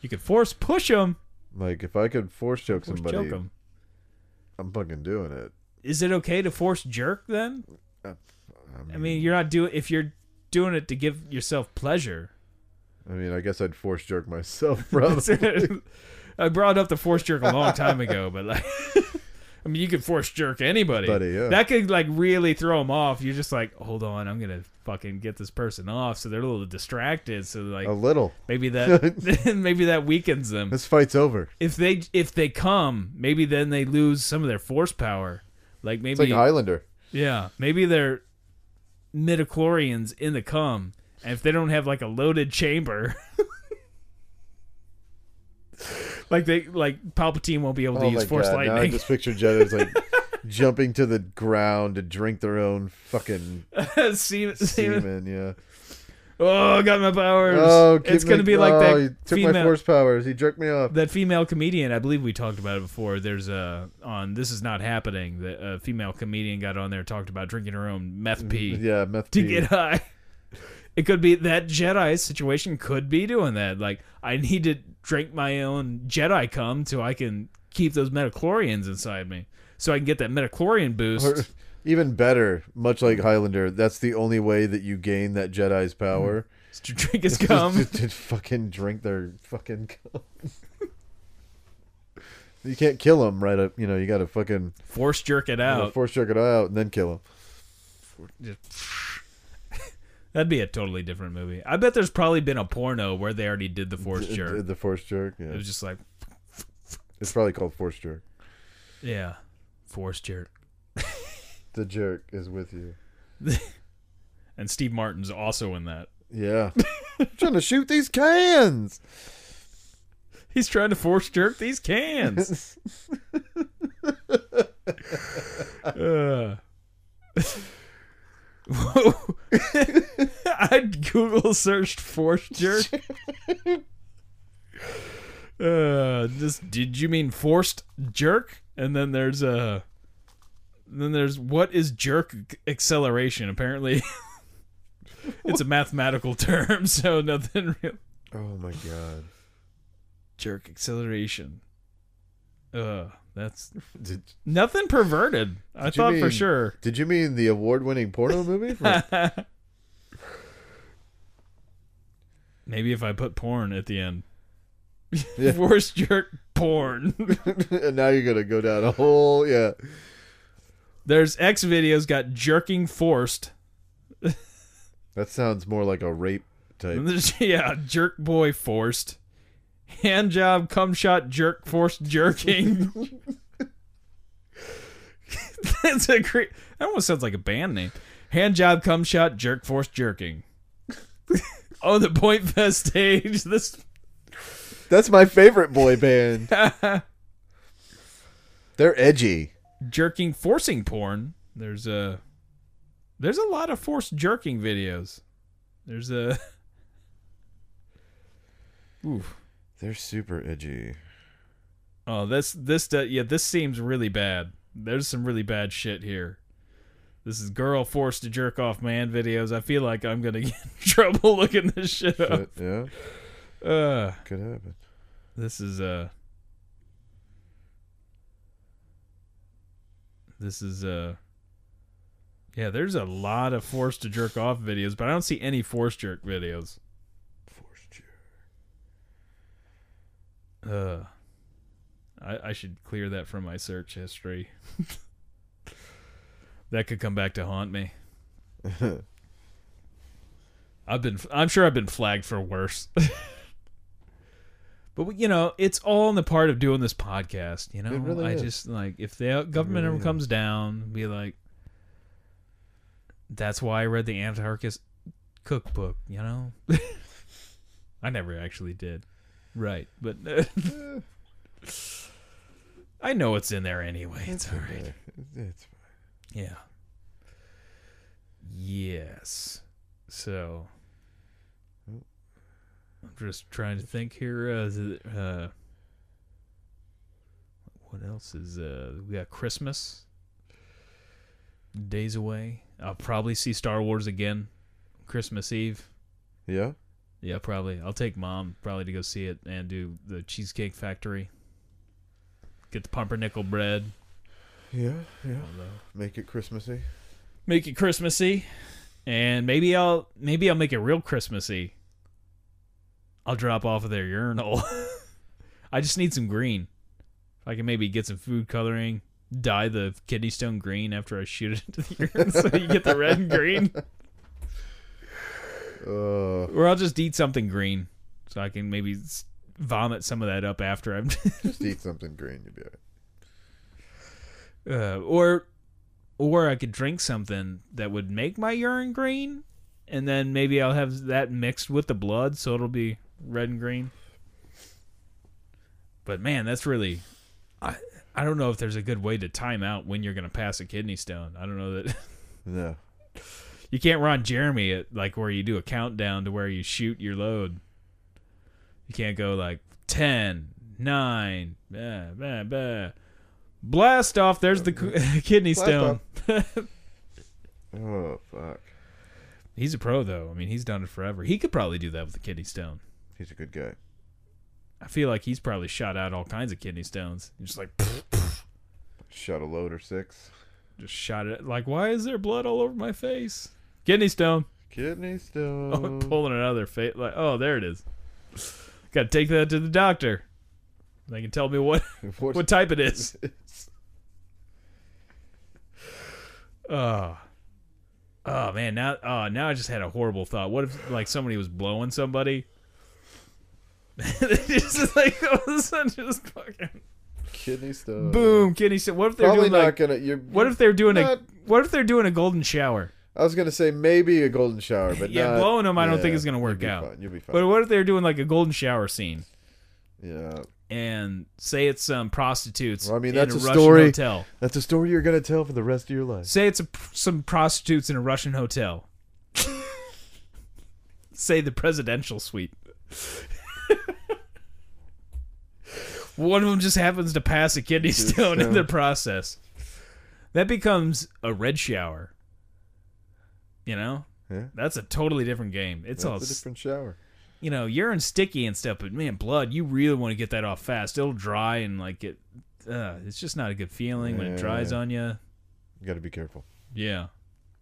Speaker 4: You could force push them.
Speaker 3: Like if I could force choke
Speaker 4: Force
Speaker 3: somebody,
Speaker 4: choke them.
Speaker 3: I'm fucking doing it.
Speaker 4: Is it okay to force jerk then?
Speaker 3: Uh, I mean,
Speaker 4: I mean, you're not doing if you're doing it to give yourself pleasure.
Speaker 3: I mean, I guess I'd force jerk myself, *laughs* probably.
Speaker 4: *laughs* I brought up the force jerk a long time ago, but like, *laughs* I mean, you could force jerk anybody.
Speaker 3: Buddy, yeah.
Speaker 4: That could like really throw them off. You're just like, hold on, I'm gonna fucking get this person off, so they're a little distracted. So like,
Speaker 3: a little.
Speaker 4: maybe that *laughs*
Speaker 3: *laughs*
Speaker 4: maybe that weakens them.
Speaker 3: This fight's over.
Speaker 4: If they if they come, maybe then they lose some of their force power. Like
Speaker 3: It's
Speaker 4: maybe
Speaker 3: like Highlander.
Speaker 4: Yeah, maybe they're midichlorians in the cum, and if they don't have like a loaded chamber, *laughs* like they like Palpatine won't be able to
Speaker 3: oh
Speaker 4: use
Speaker 3: my
Speaker 4: Force
Speaker 3: god! Now I
Speaker 4: lightning.
Speaker 3: just
Speaker 4: *laughs*
Speaker 3: picture Jedi's like jumping to the ground to drink their own
Speaker 4: *laughs*
Speaker 3: fucking *laughs*
Speaker 4: Semen- semen.
Speaker 3: semen. Yeah.
Speaker 4: Oh, I got my powers.
Speaker 3: Oh,
Speaker 4: it's
Speaker 3: keep
Speaker 4: gonna
Speaker 3: me-
Speaker 4: be like
Speaker 3: oh, he
Speaker 4: that
Speaker 3: took my
Speaker 4: female
Speaker 3: force powers. He jerked me off.
Speaker 4: that female comedian. I believe we talked about it before. There's a on this is not happening. The a female comedian got on there talked about drinking her own
Speaker 3: Mm-hmm.
Speaker 4: meth pee.
Speaker 3: *laughs* Yeah, meth.
Speaker 4: to
Speaker 3: pee.
Speaker 4: get high. *laughs* It could be that Jedi situation could be doing that. Like I need to drink my own Jedi cum so I can keep those metachlorians inside me, so I can get that metachlorian boost.
Speaker 3: *laughs* Or- even better, much like Highlander, that's the only way that you gain that Jedi's
Speaker 4: *laughs*
Speaker 3: power.
Speaker 4: is *laughs* to drink his
Speaker 3: *laughs* Just
Speaker 4: cum.
Speaker 3: to- to fucking drink their fucking *laughs* cum. you can't kill them right up. You know, you got to fucking
Speaker 4: Force jerk it
Speaker 3: you know,
Speaker 4: out.
Speaker 3: force jerk it out and then kill them.
Speaker 4: That'd be a totally different movie. I bet there's probably been a porno where they already did the force
Speaker 3: The,
Speaker 4: jerk.
Speaker 3: force jerk.
Speaker 4: It
Speaker 3: Yeah,
Speaker 4: was just like,
Speaker 3: it's probably called force jerk.
Speaker 4: yeah, force jerk.
Speaker 3: The jerk is with you.
Speaker 4: And Steve Martin's also in that.
Speaker 3: Yeah, *laughs* trying to shoot these cans.
Speaker 4: He's trying to force jerk these cans. uh. *laughs* Whoa. I Google searched force jerk. uh, just did you mean forced jerk? And then there's uh, then there's what is jerk acceleration? Apparently, *laughs* it's a mathematical term, so nothing real
Speaker 3: Oh my god.
Speaker 4: jerk acceleration. Uh, that's
Speaker 3: Did,
Speaker 4: nothing perverted. I
Speaker 3: you
Speaker 4: thought for
Speaker 3: mean-
Speaker 4: sure.
Speaker 3: did you mean the award-winning porno *laughs* movie? From-
Speaker 4: *laughs* Maybe if I put porn at the end. *laughs*
Speaker 3: Yeah.
Speaker 4: Worst jerk porn. *laughs*
Speaker 3: and now you're gonna go down a whole yeah.
Speaker 4: There's X videos got jerking forced.
Speaker 3: That sounds more like a rape type. *laughs*
Speaker 4: And there's- *laughs* yeah, jerk boy forced. Hand job, cum shot, jerk forced jerking. That's a great. That almost sounds like a band name. Hand job, cum shot, jerk forced jerking. oh, the point fest stage. *laughs* This
Speaker 3: That's my favorite boy *laughs* band. They're edgy.
Speaker 4: jerking forcing porn. There's a There's a lot of forced jerking videos. There's a. *laughs* Oof.
Speaker 3: They're super edgy.
Speaker 4: Oh, this this do- yeah, this seems really bad. There's some really bad shit here. This is girl forced to jerk off man videos. I feel like I'm gonna *laughs* get in trouble looking this shit up.
Speaker 3: *laughs* But yeah,
Speaker 4: Uh,
Speaker 3: could happen.
Speaker 4: this is uh This is uh Yeah, there's a lot of forced to jerk off videos, but I don't see any forced jerk videos.
Speaker 3: Forced jerk.
Speaker 4: Uh I I should clear that from my search history. that could come back to haunt
Speaker 3: *laughs*
Speaker 4: me. I've been I'm sure I've been flagged for worse. *laughs* but we- you know, it's all in the part of doing this podcast, you know.
Speaker 3: It really
Speaker 4: I
Speaker 3: is.
Speaker 4: just like if the government ever comes down, be like that's why I read the Antarctic cookbook, you know. *laughs* I never actually did. Right, but *laughs* I know it's in there anyway. It's all right.
Speaker 3: Okay. It's
Speaker 4: Yeah. Yes. So I'm just trying to think here. Uh, th- uh, what else is uh? We got Christmas. Days away. I'll probably see Star Wars again, Christmas Eve.
Speaker 3: yeah.
Speaker 4: Yeah, probably. I'll take mom probably to go see it and do the Cheesecake Factory. Get the pumpernickel bread.
Speaker 3: Yeah, yeah. Make it Christmassy.
Speaker 4: make it Christmassy, and maybe I'll maybe I'll make it real Christmassy. I'll drop off of their urinal. *laughs* I just need some green. If I can maybe get some food coloring, dye the kidney stone green after I shoot it into the urine, *laughs* so you get the red and green.
Speaker 3: Uh,
Speaker 4: Or I'll just eat something green, so I can maybe s- vomit some of that up after I'm.
Speaker 3: just eat something green, you'll be all right.
Speaker 4: uh, or or I could drink something that would make my urine green, and then maybe I'll have that mixed with the blood, so it'll be red and green. But man, that's really, I I don't know if there's a good way to time out when you're gonna pass a kidney stone. I don't know that *laughs*
Speaker 3: No.
Speaker 4: you can't Ron Jeremy it like where you do a countdown to where you shoot your load. You can't go like 10, 9, bah, bah, bah. blast off. There's the ki- kidney
Speaker 3: Blast
Speaker 4: stone.
Speaker 3: Oh, fuck.
Speaker 4: he's a pro though. I mean, he's done it forever. He could probably do that with a kidney stone.
Speaker 3: He's a good guy.
Speaker 4: I feel like he's probably shot out all kinds of kidney stones. He's just like
Speaker 3: Shot a load or six.
Speaker 4: just shot it. Like, why is there blood all over my face? Kidney stone. *laughs*
Speaker 3: Kidney
Speaker 4: Oh,
Speaker 3: stone. *laughs*
Speaker 4: pulling another face. Like, oh, there it is. Got to take that to the doctor. They can tell me what
Speaker 3: What-
Speaker 4: what type it is. *laughs* oh. Oh man, now oh now I just had a horrible thought. What if like somebody was blowing somebody? *laughs* They just like all of a sudden just fucking
Speaker 3: Kidney stone.
Speaker 4: boom, kidney stone. What if they're
Speaker 3: Probably
Speaker 4: doing
Speaker 3: not
Speaker 4: like
Speaker 3: gonna. You're,
Speaker 4: what if they're doing a
Speaker 3: not-
Speaker 4: what if they're doing a golden shower?
Speaker 3: I was gonna say maybe a golden shower,
Speaker 4: *laughs*
Speaker 3: but
Speaker 4: Yeah,
Speaker 3: not-
Speaker 4: blowing 'em I don't
Speaker 3: yeah,
Speaker 4: think is gonna
Speaker 3: you'll
Speaker 4: work
Speaker 3: be
Speaker 4: out.
Speaker 3: fine, You'll be fine.
Speaker 4: But what if they're doing like a golden shower scene
Speaker 3: yeah,
Speaker 4: and say it's some prostitutes
Speaker 3: Well, I mean,
Speaker 4: in
Speaker 3: that's
Speaker 4: a,
Speaker 3: a
Speaker 4: Russian
Speaker 3: story.
Speaker 4: hotel.
Speaker 3: that's a story you're gonna tell for the rest of your life.
Speaker 4: Say *laughs* it's a, some prostitutes in a Russian hotel. Say the presidential suite. One of them just happens to pass a kidney stone in
Speaker 3: stone.
Speaker 4: the process. That becomes a red shower. You know?
Speaker 3: Yeah.
Speaker 4: That's a totally different game. It's all
Speaker 3: That's a
Speaker 4: s-
Speaker 3: different shower.
Speaker 4: you know, urine sticky and stuff, but man, blood, you really want to get that off fast. It'll dry and like it uh, it's just not a good feeling when it
Speaker 3: Yeah.
Speaker 4: dries on you.
Speaker 3: You gotta be careful. *laughs*
Speaker 4: Yeah,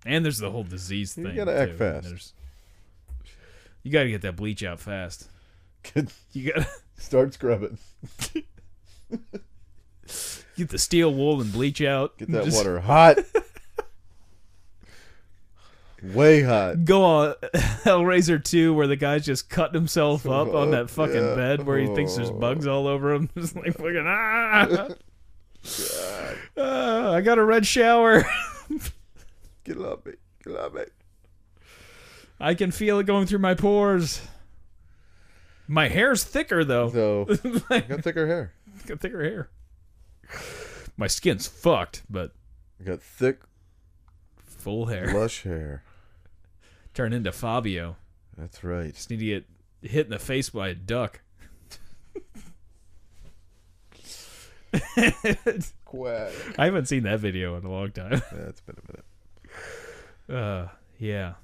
Speaker 4: and there's the whole disease
Speaker 3: You
Speaker 4: thing.
Speaker 3: gotta act
Speaker 4: too. I mean,
Speaker 3: fast.
Speaker 4: there's- You gotta get that bleach out fast. You gotta *laughs*
Speaker 3: Start scrubbing.
Speaker 4: get the steel wool and bleach out.
Speaker 3: Get
Speaker 4: and
Speaker 3: that
Speaker 4: just *laughs*
Speaker 3: water hot. Way hot.
Speaker 4: Go on *laughs* Hellraiser two, where the guy's just cutting himself up on
Speaker 3: *laughs*
Speaker 4: that fucking
Speaker 3: Yeah. Oh.
Speaker 4: bed where he thinks there's bugs all over him. *laughs* Just like fucking
Speaker 3: *laughs*
Speaker 4: ah. Ah, I got a red shower. *laughs*
Speaker 3: Get off me. Get off me.
Speaker 4: I can feel it going through my pores. My hair's thicker
Speaker 3: *laughs*
Speaker 4: though. *laughs*
Speaker 3: So, got thicker hair.
Speaker 4: got thicker hair. My skin's fucked, but
Speaker 3: I got thick,
Speaker 4: Full hair.
Speaker 3: Lush hair.
Speaker 4: Turn into Fabio.
Speaker 3: That's right.
Speaker 4: Just need to get hit in the face by a duck. *laughs* I
Speaker 3: Quack.
Speaker 4: haven't seen that video in a long time. *laughs*
Speaker 3: That's been a minute.
Speaker 4: Uh, yeah.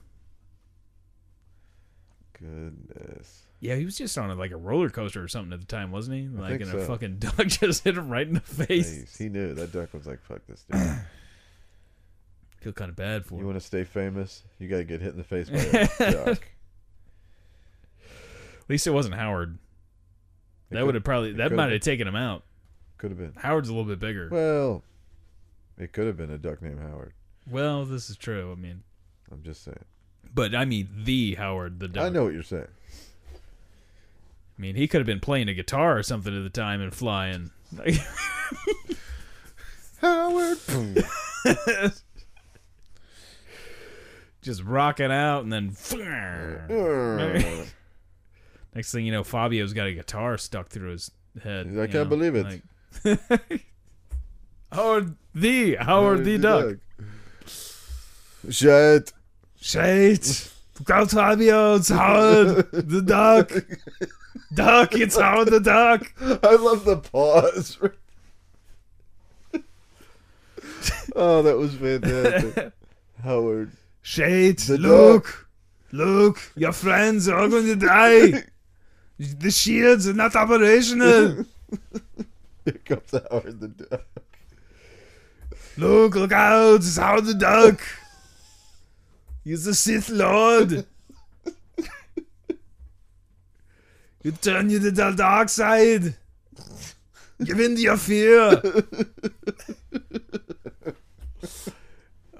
Speaker 3: Goodness.
Speaker 4: Yeah, he was just on a, like a roller coaster or something at the time, wasn't he? Like,
Speaker 3: think
Speaker 4: and a
Speaker 3: so.
Speaker 4: fucking *laughs* duck just hit him right in the face.
Speaker 3: Jeez, he knew that duck was like, "Fuck this
Speaker 4: *coughs*
Speaker 3: dude."
Speaker 4: Feel kind of bad for
Speaker 3: You
Speaker 4: him.
Speaker 3: want to stay famous? You gotta get hit in the face by
Speaker 4: *laughs*
Speaker 3: a duck.
Speaker 4: At least it wasn't Howard. that
Speaker 3: could-
Speaker 4: would have probably that
Speaker 3: could've
Speaker 4: might
Speaker 3: been.
Speaker 4: have taken him out.
Speaker 3: Could have been.
Speaker 4: Howard's a little bit bigger. Well,
Speaker 3: Well, it could have been a duck named Howard.
Speaker 4: this is true. I mean,
Speaker 3: I'm just saying.
Speaker 4: but I mean the Howard the duck.
Speaker 3: I know what you're saying.
Speaker 4: I mean, he could have been playing a guitar or something at the time and flying.
Speaker 3: Howard.
Speaker 4: *laughs*
Speaker 3: *laughs*
Speaker 4: just rocking out and then *laughs* next thing you know fabio's got a guitar stuck through his head
Speaker 3: I
Speaker 4: you
Speaker 3: can't
Speaker 4: know,
Speaker 3: believe it.
Speaker 4: like- *laughs* howard the howard the duck
Speaker 3: Shit. *laughs*
Speaker 4: shit go fabio it's howard the duck duck it's howard the duck
Speaker 3: I love the pause. *laughs* oh, that
Speaker 4: *laughs*
Speaker 3: was fantastic. Howard.
Speaker 4: shit
Speaker 3: The
Speaker 4: look your friends are all going to die the shields are not operational
Speaker 3: Here comes Howard the duck.
Speaker 4: Look, look out! It's Howard the Duck! He's the Sith Lord! you turn you to the dark side! Give in to your fear! *laughs*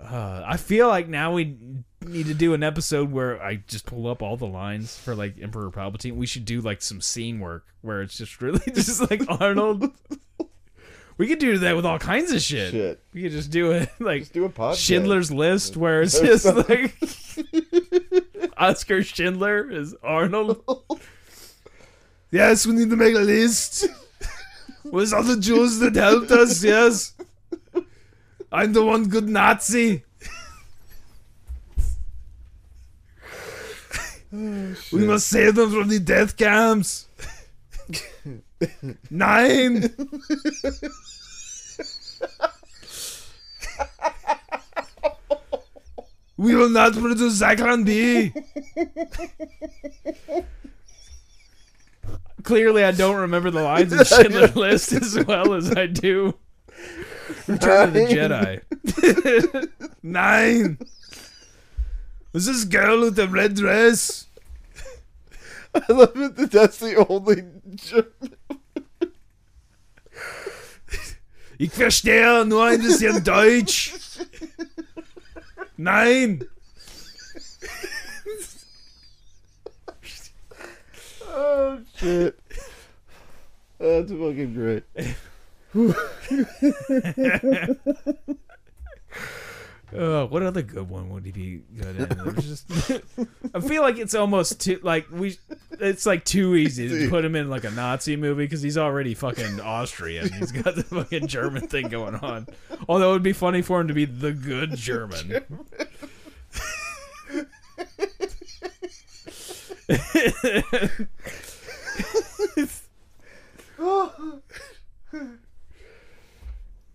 Speaker 4: Uh, I feel like now we need to do an episode where I just pull up all the lines for like Emperor Palpatine. We should do like some scene work where it's just really *laughs* just like Arnold. We could do that with all kinds of shit.
Speaker 3: Shit.
Speaker 4: We could just do it *laughs* like
Speaker 3: Just do a podcast. *laughs*
Speaker 4: Schindler's List, where it's just like *laughs* Oscar Schindler is Arnold. *laughs* yes, we need to make a list. *laughs* Was all the Jews that helped us? Yes, I'm the one good Nazi. we must save them from the death camps. Nine. We will not produce Zyklon B. Clearly, I don't remember the lines *laughs* of Schindler's List as well as I do Return of the *laughs* Jedi. Nine. Was this girl with the red dress?
Speaker 3: I love it that that's the only *laughs* German.
Speaker 4: Ich verstehe nur ein bisschen Deutsch. Nein.
Speaker 3: Oh, shit. That's fucking great.
Speaker 4: Uh, what other good one would he be good in? There's just, I feel like it's almost too like we. It's like too easy to put him in like a Nazi movie because he's already fucking Austrian. He's got the fucking German thing going on. Although it would be funny for him to be the good German.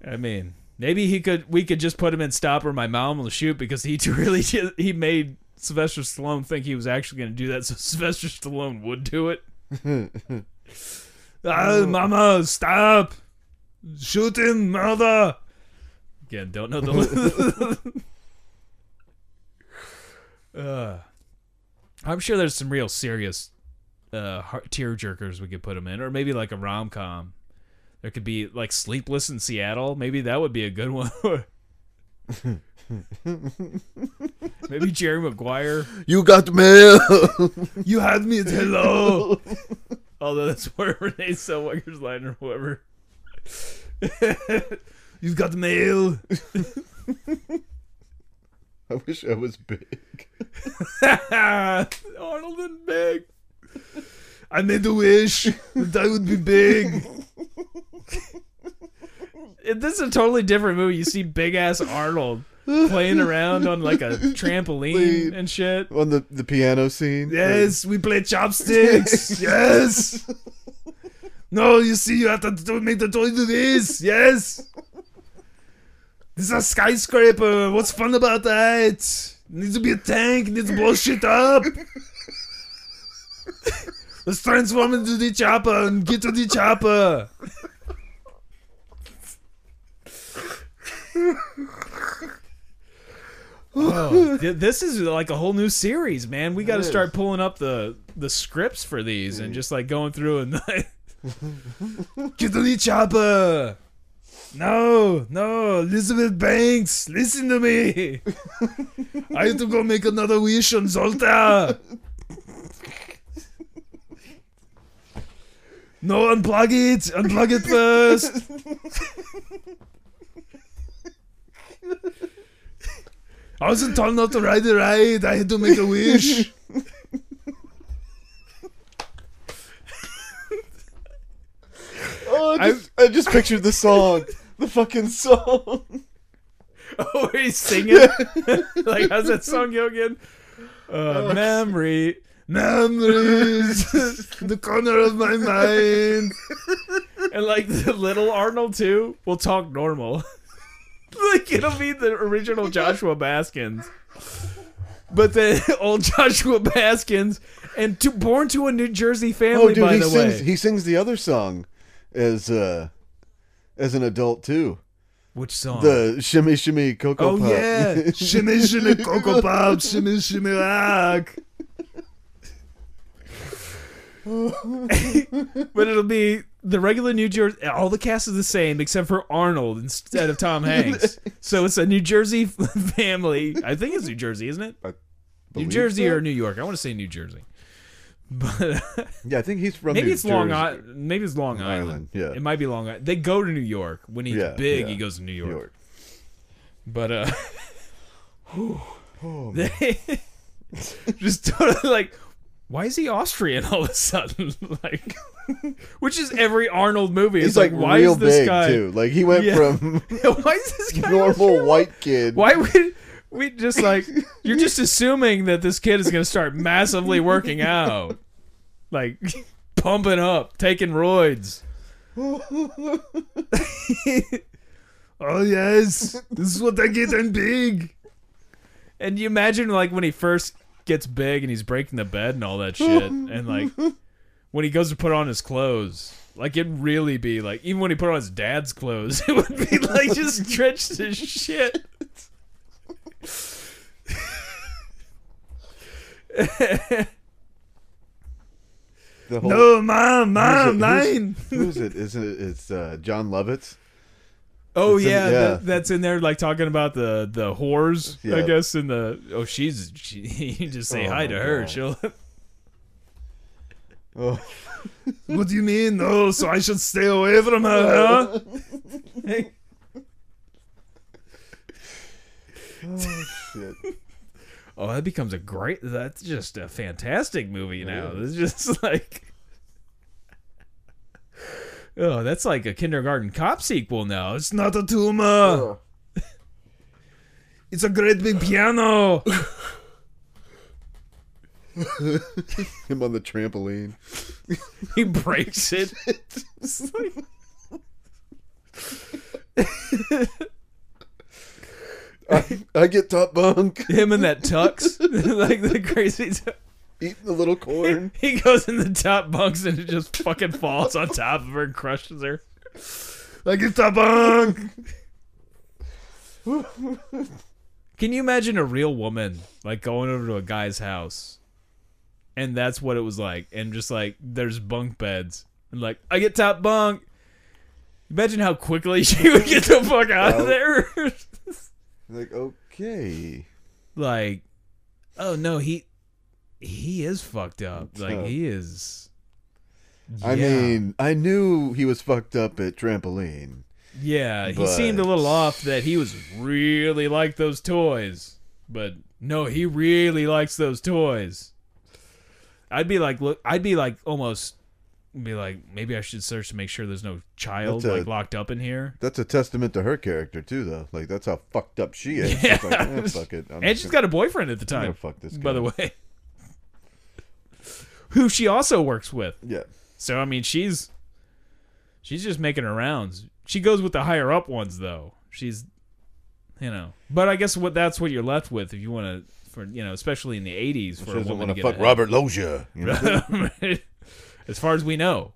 Speaker 4: I mean, maybe he could. We could just put him in "Stop or My Mom Will Shoot" because he *laughs* really did- he made Sylvester Stallone think he was actually going to do that, so *laughs* Sylvester Stallone would do it. ah, Mama, stop! Shoot him, mother! Again, don't know the. *laughs* uh, I'm sure there's some real serious uh, heart- tear jerkers we could put him in, or maybe like a rom com. There could be like Sleepless in Seattle. Maybe that would be a good one. *laughs* Maybe Jerry Maguire.
Speaker 3: You got mail.
Speaker 4: You had me at hello. *laughs* Although that's where Renee Zellweger's line or whoever. *laughs* You've got mail.
Speaker 3: *laughs* I wish I was big.
Speaker 4: *laughs* Arnold and Big. I made a wish that I would be *laughs* big. this is a totally different movie. You see big ass Arnold. playing around on *laughs* like a trampoline and shit.
Speaker 3: *laughs* on the the piano scene.
Speaker 4: Yes, we play chopsticks. yes. No, you see, you have to do, make the toy do this. Yes. This is a skyscraper. What's fun about that? Needs to be a tank. Needs to blow shit up. Let's transform into the chopper and get to the chopper. Oh, th- this is like a whole new series, man. We got to start pulling up the the scripts for these and just like going through and like, get to the chopper. No, no, Elizabeth Banks, listen to me. I have to go make another wish on Zolta. No, unplug it. Unplug it first. I wasn't told not to ride the ride. I had to make a wish.
Speaker 3: Oh, I just, I just pictured the *laughs* song, the fucking song.
Speaker 4: *laughs* Oh, he's singing. like, how's that song go again? Uh, memory. *laughs* Memories. in the corner of my mind. *laughs* and, like, the little Arnold, too, will talk normal. *laughs* like, it'll be the original Joshua Baskins. But then *laughs* old Joshua Baskins and to, born to a New Jersey family,
Speaker 3: Oh, dude,
Speaker 4: by
Speaker 3: he
Speaker 4: the
Speaker 3: sings
Speaker 4: way.
Speaker 3: he sings the other song as uh as an adult too.
Speaker 4: Which song?
Speaker 3: The shimmy shimmy cocoa
Speaker 4: oh,
Speaker 3: pop. *laughs*
Speaker 4: yeah. shimmy, shimmy, Cocoa Pop. Shimmy, shimmy, rock. *laughs* but it'll be the regular New Jersey. All the cast is the same except for Arnold instead of Tom *laughs* Hanks. so it's a New Jersey *laughs* family. I think it's New Jersey, isn't it? New
Speaker 3: believe
Speaker 4: Jersey
Speaker 3: so.
Speaker 4: or New York? I want to say New Jersey, but
Speaker 3: yeah, I think he's from
Speaker 4: maybe
Speaker 3: New
Speaker 4: it's Long
Speaker 3: Jersey.
Speaker 4: Island. Maybe it's Long Island.
Speaker 3: Island, yeah.
Speaker 4: it might be Long Island. They go to New York when he's
Speaker 3: Yeah,
Speaker 4: big.
Speaker 3: yeah.
Speaker 4: He goes to
Speaker 3: New
Speaker 4: New York.
Speaker 3: York.
Speaker 4: But uh,
Speaker 3: Oh, man.
Speaker 4: *laughs* they just totally like, why is he Austrian all of a sudden? *laughs* like, which is every Arnold movie.
Speaker 3: He's
Speaker 4: it's like,
Speaker 3: like,
Speaker 4: why
Speaker 3: real
Speaker 4: is this
Speaker 3: big
Speaker 4: guy?
Speaker 3: too. Like he went
Speaker 4: Yeah.
Speaker 3: from
Speaker 4: *laughs* why is this guy
Speaker 3: *laughs* normal
Speaker 4: Austrian?
Speaker 3: white kid.
Speaker 4: Why would we just like? You're just assuming that this kid is gonna start massively working out, like *laughs* pumping up, taking *laughs* roids. oh yes, this is what I get in big. And you imagine like when he first gets big and he's breaking the bed and all that shit, and like when he goes to put on his clothes. Like it'd really be like even when he put on his dad's clothes, *laughs* it would be like just drenched as shit.
Speaker 3: The whole,
Speaker 4: mom,
Speaker 3: mom, mine. Who's it? Isn't it? It's uh, John Lovitz.
Speaker 4: Oh
Speaker 3: It's in-
Speaker 4: yeah,
Speaker 3: yeah.
Speaker 4: tha- that's in there. Like talking about the the whores, I
Speaker 3: Yeah.
Speaker 4: guess. In the oh, she's she, *laughs* you just say
Speaker 3: Oh,
Speaker 4: hi to her.
Speaker 3: God.
Speaker 4: She'll. *laughs*
Speaker 3: Oh.
Speaker 4: what do you mean? Oh, so I should stay away from her? Huh?
Speaker 3: *laughs* Shit.
Speaker 4: oh, that becomes a great. That's just a fantastic movie now. It's just *laughs* like. Oh, that's like a kindergarten cop sequel now. It's not a tumor. It's a great big piano.
Speaker 3: Him on the trampoline.
Speaker 4: he breaks it. It's like-
Speaker 3: I get
Speaker 4: *laughs*
Speaker 3: top bunk.
Speaker 4: him in that tux, *laughs* like the crazy. tu-
Speaker 3: Eating the
Speaker 4: *laughs*
Speaker 3: little corn.
Speaker 4: he goes in the top bunks and it just fucking falls on top of her and crushes her. Like it's a bunk. Can you imagine a real woman like going over to a guy's house, and that's what it was like, and just like there's bunk beds, and like I get top bunk. Imagine how quickly *laughs* she would get the fuck out
Speaker 3: Oh.
Speaker 4: of there. *laughs*
Speaker 3: Like okay.
Speaker 4: like oh no he he is fucked up like
Speaker 3: up.
Speaker 4: he is
Speaker 3: I
Speaker 4: Yeah.
Speaker 3: mean, I knew he was fucked up at trampoline.
Speaker 4: yeah he
Speaker 3: But-
Speaker 4: seemed a little off that he was really like those toys but no he really likes those toys i'd be like look i'd be like almost be like, maybe I should search to make sure there's no child
Speaker 3: That's a-
Speaker 4: like locked up in here.
Speaker 3: That's a testament to her character too, though. Like that's how fucked up she is. She's like, eh, fuck it. I'm
Speaker 4: and
Speaker 3: just
Speaker 4: she's
Speaker 3: gonna-
Speaker 4: got a boyfriend at the
Speaker 3: I'm gonna
Speaker 4: time.
Speaker 3: fuck this
Speaker 4: by the
Speaker 3: guy.
Speaker 4: way, *laughs* who she also works with.
Speaker 3: Yeah.
Speaker 4: So I mean, she's she's just making her rounds. She goes with the higher up ones though. She's you know, but I guess what that's what you're left with if you want to, for you know, especially in the '80s for
Speaker 3: She
Speaker 4: a woman
Speaker 3: doesn't want
Speaker 4: to
Speaker 3: to
Speaker 4: get
Speaker 3: fuck
Speaker 4: ahead.
Speaker 3: Robert Loggia. You know?
Speaker 4: *laughs* as far as we know.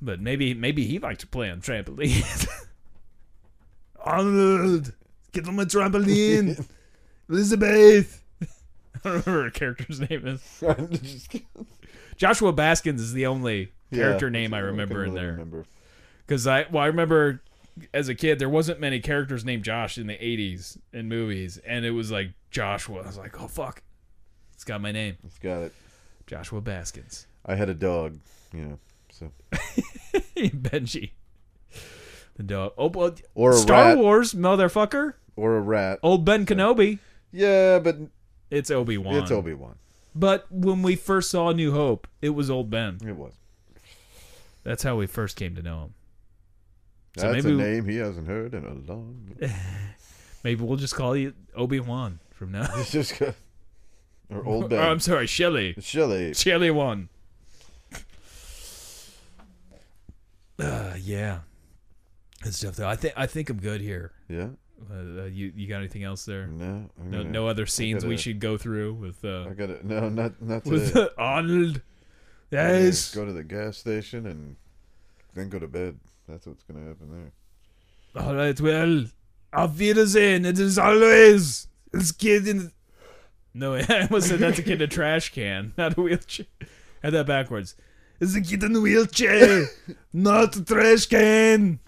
Speaker 4: But maybe maybe he liked to play on trampolines. *laughs* Arnold, get on my
Speaker 3: *laughs*
Speaker 4: trampoline, Elizabeth. *laughs* I don't remember what her character's name is.
Speaker 3: Just kidding.
Speaker 4: Joshua Baskins is the only
Speaker 3: Yeah.
Speaker 4: character name I
Speaker 3: couldn't
Speaker 4: remember in
Speaker 3: really
Speaker 4: there
Speaker 3: remember.
Speaker 4: because I well I remember as a kid there wasn't many characters named Josh in the '80s in movies, and it was like Joshua. I was like, oh fuck, it's got my name,
Speaker 3: It's got it.
Speaker 4: Joshua Baskins. *laughs*
Speaker 3: I had a dog. You know. So
Speaker 4: Benji. The dog. Oh, well,
Speaker 3: or a
Speaker 4: Star
Speaker 3: rat
Speaker 4: Wars, motherfucker.
Speaker 3: or a rat.
Speaker 4: Old Ben Kenobi.
Speaker 3: Yeah, but
Speaker 4: It's Obi Wan.
Speaker 3: it's Obi Wan.
Speaker 4: But when we first saw New Hope, it was old Ben.
Speaker 3: It was.
Speaker 4: That's how we first came to know him. So
Speaker 3: That's
Speaker 4: maybe-
Speaker 3: a name he hasn't heard in a
Speaker 4: *laughs*
Speaker 3: long.
Speaker 4: Maybe we'll just call you Obi Wan from now.
Speaker 3: It's just got- or
Speaker 4: *laughs*
Speaker 3: old
Speaker 4: Oh, I'm
Speaker 3: Ben.
Speaker 4: sorry, Shelly.
Speaker 3: Shelley.
Speaker 4: Shelly Wan. Uh, yeah. Good stuff though. I think I think I'm good here.
Speaker 3: Yeah.
Speaker 4: Uh, uh, you you got anything else there?
Speaker 3: No. I'm
Speaker 4: No,
Speaker 3: gonna-
Speaker 4: no other scenes we
Speaker 3: gotta-
Speaker 4: should go through with uh,
Speaker 3: I got it. No, not
Speaker 4: *laughs*
Speaker 3: not
Speaker 4: with
Speaker 3: today.
Speaker 4: Arnold.
Speaker 3: I'm gonna
Speaker 4: Yes.
Speaker 3: Go to the gas station and then go to bed. That's what's gonna happen there.
Speaker 4: All right, well, auf Wiedersehen. It is always this kid in. No, *laughs* I almost said that's a kid in a trash can, *laughs* not a wheelchair. Had that backwards. It's a kid in a wheelchair, not a trash can.